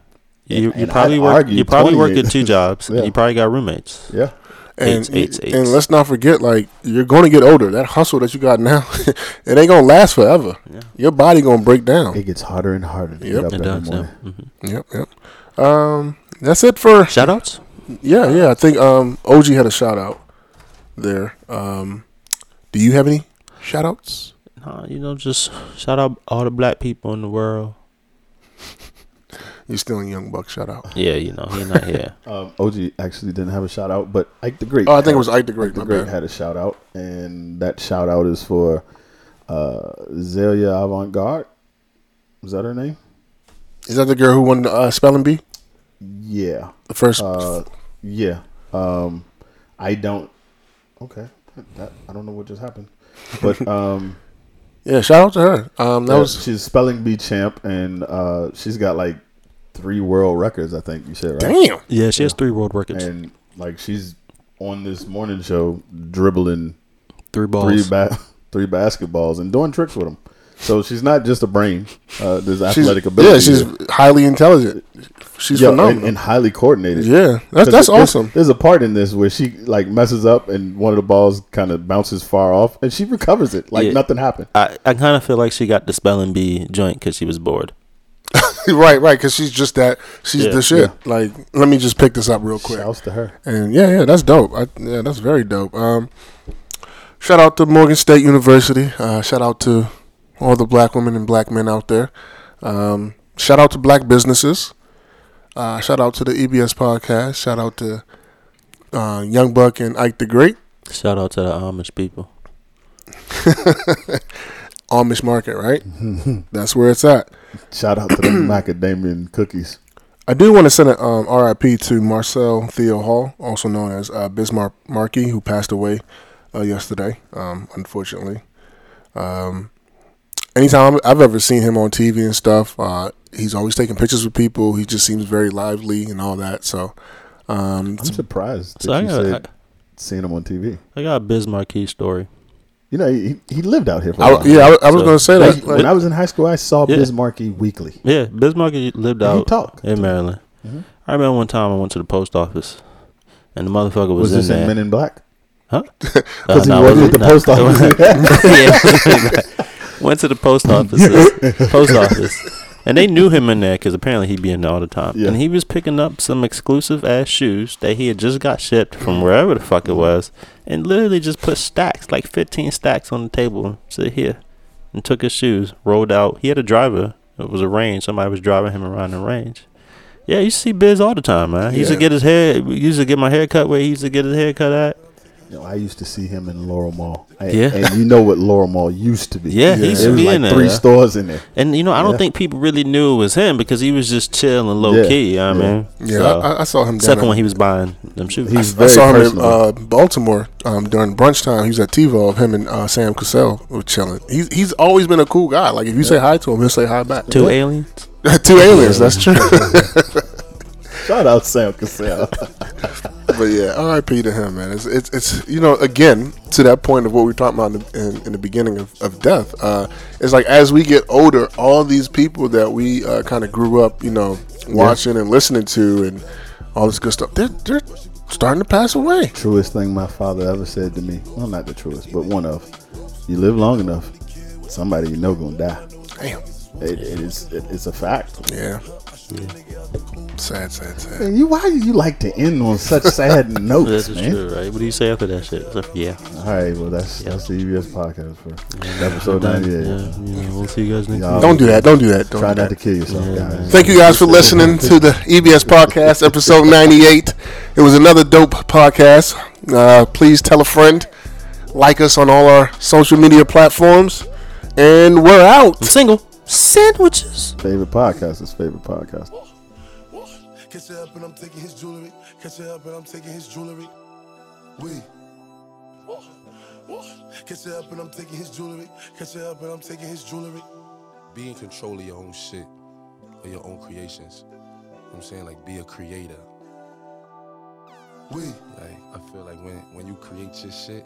[SPEAKER 3] you, you
[SPEAKER 2] and
[SPEAKER 3] probably
[SPEAKER 2] I'd
[SPEAKER 3] work.
[SPEAKER 2] argue
[SPEAKER 3] you probably
[SPEAKER 2] 20
[SPEAKER 3] work at two jobs.
[SPEAKER 2] Yeah.
[SPEAKER 3] and You probably got roommates.
[SPEAKER 2] Yeah.
[SPEAKER 1] And,
[SPEAKER 3] Eights, eights, eights.
[SPEAKER 1] and let's not forget, like you're going to get older. That hustle that you got now, it ain't gonna last forever. Your body gonna break down.
[SPEAKER 2] It gets harder and harder to
[SPEAKER 1] Yep.
[SPEAKER 2] get up
[SPEAKER 3] It
[SPEAKER 2] every
[SPEAKER 3] does. Yeah.
[SPEAKER 2] morning.
[SPEAKER 3] Mhm.
[SPEAKER 1] Yep, yep. Um, that's it for
[SPEAKER 3] Shout outs.
[SPEAKER 1] yeah, yeah. I think um, OG had a shout out there. Um, do you have any shout outs?
[SPEAKER 3] Nah, you know, just shout out all the black people in the world.
[SPEAKER 1] You're still in Young Buck shout out.
[SPEAKER 3] Yeah, you know, he's not here.
[SPEAKER 2] Um, OG actually didn't have a shout out, but Ike the Great.
[SPEAKER 1] Oh, I think it was Ike the Great.
[SPEAKER 2] Ike the
[SPEAKER 1] My
[SPEAKER 2] Great
[SPEAKER 1] bad.
[SPEAKER 2] had a shout out, and that shout out is for uh, Zelia Avant Garde. Is that her name?
[SPEAKER 1] Is that the girl who won the uh, spelling bee?
[SPEAKER 2] Yeah.
[SPEAKER 1] The first.
[SPEAKER 2] Uh, yeah. Um, I don't. Okay. That, I don't know what just happened, but um,
[SPEAKER 1] yeah, shout out to her. Um, that
[SPEAKER 2] yeah,
[SPEAKER 1] was
[SPEAKER 2] she's spelling bee champ, and uh, she's got like three world records. I think you said right.
[SPEAKER 1] damn.
[SPEAKER 3] Yeah, she has three world records,
[SPEAKER 2] And like she's on this morning show dribbling three
[SPEAKER 3] three balls.
[SPEAKER 2] ba- three basketballs and doing tricks with them. So she's not just a brain. Uh, there's athletic ability.
[SPEAKER 1] yeah, she's
[SPEAKER 2] there.
[SPEAKER 1] highly intelligent. She's
[SPEAKER 2] Yo, and,
[SPEAKER 1] phenomenal.
[SPEAKER 2] and highly coordinated.
[SPEAKER 1] yeah, that's
[SPEAKER 2] 'Cause
[SPEAKER 1] that's
[SPEAKER 2] there's-
[SPEAKER 1] awesome.
[SPEAKER 2] There's a part in this where she like messes up and one of the balls kind of bounces far off and she recovers it like
[SPEAKER 3] Yeah.
[SPEAKER 2] nothing happened.
[SPEAKER 3] I, I kind of feel like she got the spelling bee joint because she was bored.
[SPEAKER 1] right, right, because she's just that. She's
[SPEAKER 3] Yeah,
[SPEAKER 1] the shit. Like, let me just pick this up real quick.
[SPEAKER 2] Shouts to her.
[SPEAKER 1] And yeah, yeah, that's dope. I, yeah, that's very dope. Um, shout out to Morgan State University. Uh, shout out to all the black women and black men out there. Um, shout out to black businesses. Uh, shout out to the EBS podcast. Shout out to uh, Young Buck and Ike the Great.
[SPEAKER 3] Shout out to the Amish people.
[SPEAKER 1] Amish market, right? that's where it's at.
[SPEAKER 2] Shout out to the macadamian cookies.
[SPEAKER 1] I do want to send a um, RIP to Marcel Theo Hall, also known as uh, Bismarck Markey, who passed away uh, yesterday, um, unfortunately. Um, anytime I'm- I've ever seen him on TV and stuff, uh, he's always taking pictures with people. He just seems very lively and all that. So, um,
[SPEAKER 2] I'm surprised that
[SPEAKER 3] So I
[SPEAKER 2] you
[SPEAKER 3] got,
[SPEAKER 2] said seeing him on TV.
[SPEAKER 3] I, I got a Biz Marquee story.
[SPEAKER 2] You know, he, he lived out here for a
[SPEAKER 1] I,
[SPEAKER 2] while.
[SPEAKER 1] yeah, I, I was
[SPEAKER 3] So-
[SPEAKER 1] going to say
[SPEAKER 2] Like,
[SPEAKER 1] that.
[SPEAKER 2] when I was in high school, I saw
[SPEAKER 3] Yeah.
[SPEAKER 2] Biz Markie weekly.
[SPEAKER 3] Yeah, Biz Markie lived
[SPEAKER 2] And he
[SPEAKER 3] out
[SPEAKER 2] talked.
[SPEAKER 3] in Maryland.
[SPEAKER 2] Mhm.
[SPEAKER 3] I remember one time I went to the post office, and the motherfucker was,
[SPEAKER 2] Was, this
[SPEAKER 3] in
[SPEAKER 2] in
[SPEAKER 3] there.
[SPEAKER 2] Men in Black?
[SPEAKER 3] huh?
[SPEAKER 2] Because
[SPEAKER 3] no,
[SPEAKER 2] he
[SPEAKER 3] it
[SPEAKER 2] was at the
[SPEAKER 3] no,
[SPEAKER 2] post
[SPEAKER 3] it Uh, wasn't.
[SPEAKER 2] office.
[SPEAKER 3] yeah. Went to the post office. post office. And they knew him in there because apparently he'd be in there all the time.
[SPEAKER 2] Yeah.
[SPEAKER 3] And he was picking up some exclusive ass shoes that he had just got shipped from wherever the fuck it
[SPEAKER 2] Mm-hmm.
[SPEAKER 3] was and literally just put stacks, like 15 stacks on the table and said, here. And took his shoes, rolled out. He had a driver. It was a range. Somebody was driving him around the range. Yeah, you see Biz all the time, man. He used to
[SPEAKER 1] Yeah.
[SPEAKER 3] get his hair, he used to get my hair cut where he used to get his hair cut at.
[SPEAKER 2] No, I used to see him in Laurel Mall. And,
[SPEAKER 3] Yeah.
[SPEAKER 2] and you know what Laurel Mall used to be.
[SPEAKER 3] Yeah, he used to
[SPEAKER 2] There was
[SPEAKER 3] be
[SPEAKER 2] like
[SPEAKER 3] in there.
[SPEAKER 2] three stores in there.
[SPEAKER 3] And you know, I don't
[SPEAKER 2] Yeah.
[SPEAKER 3] think people really knew it was him because he was just chill and low
[SPEAKER 2] Yeah.
[SPEAKER 3] key. You know what I
[SPEAKER 2] Yeah.
[SPEAKER 3] mean,
[SPEAKER 1] yeah,
[SPEAKER 3] So,
[SPEAKER 1] I, I saw him.
[SPEAKER 3] except
[SPEAKER 1] down
[SPEAKER 3] for when he was buying them shoes.
[SPEAKER 2] He's
[SPEAKER 1] I
[SPEAKER 2] very
[SPEAKER 1] saw him in
[SPEAKER 2] personal.
[SPEAKER 1] uh, Baltimore um, during brunch time. He was at TiVo. Him and uh, Sam Cassell were chilling. He's he's always been a cool guy. Like if you say hi to him, he'll say hi back.
[SPEAKER 3] Two aliens.
[SPEAKER 1] Two aliens. That's true.
[SPEAKER 2] Shout out Sam Cassell.
[SPEAKER 1] but yeah, R.I.P. to him, man. It's, it's it's you know again to that point of what we were talking about in the, in, in the beginning of, of death. Uh, it's like as we get older, all these people that we uh, kind of grew up, you know, watching and listening to, and all this good stuff, they're they're starting to pass away.
[SPEAKER 2] truest thing my father ever said to me. Well, not the truest, but one of. You live long enough, somebody you know gonna die.
[SPEAKER 1] Damn.
[SPEAKER 2] It, it is. It, it's a fact.
[SPEAKER 1] Yeah. Sad, sad, sad.
[SPEAKER 2] Man, you why do you like to end on such sad notes,
[SPEAKER 3] This is
[SPEAKER 2] man?
[SPEAKER 3] true, right? What do you say after that shit? It's like, yeah.
[SPEAKER 2] All right, well that's
[SPEAKER 3] Yeah.
[SPEAKER 2] that's the EBS podcast for episode ninety
[SPEAKER 3] yeah,
[SPEAKER 2] eight.
[SPEAKER 3] yeah, we'll see you guys next
[SPEAKER 2] Y'all-
[SPEAKER 3] week.
[SPEAKER 1] Don't do that. Don't do that. Don't
[SPEAKER 2] Try
[SPEAKER 1] do
[SPEAKER 2] not
[SPEAKER 1] that.
[SPEAKER 2] to kill yourself,
[SPEAKER 3] Yeah,
[SPEAKER 2] guys.
[SPEAKER 3] man.
[SPEAKER 1] Thank you guys for listening to the EBS podcast, episode 98. It was another dope podcast. Uh, please tell a friend, like us on all our social media platforms, and we're out.
[SPEAKER 3] I'm single. Sandwiches.
[SPEAKER 2] Favorite podcast is favorite podcast.
[SPEAKER 4] Catch it up and I'm taking his jewelry. Catch it up and I'm taking his jewelry. We. Catch it up and I'm taking his jewelry. Catch it up and I'm taking his jewelry. Be in control of your own shit, of your own creations. You know what I'm saying? Like, be a creator. We. Like, I feel like when, when you create your shit,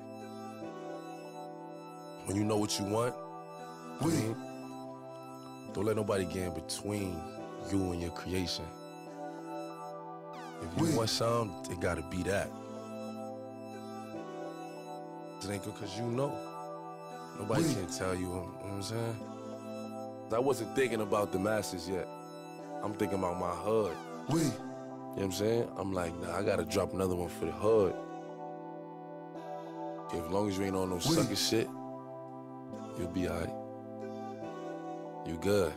[SPEAKER 4] when you know what you want, we. don't let nobody get in between you and your creation. If you want something, it gotta be that. It ain't good cause you know. Nobody can tell you, you know what I'm saying? I wasn't thinking about the masses yet. I'm thinking about my hood. We. You know what I'm saying? I'm like, nah, I gotta drop another one for the hood. If long as you ain't on no sucker shit, you'll be alright. You good.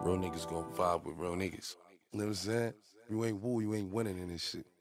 [SPEAKER 4] Real niggas gon' vibe with real niggas. You know what I'm saying? You ain't woo, you ain't winning in this shit.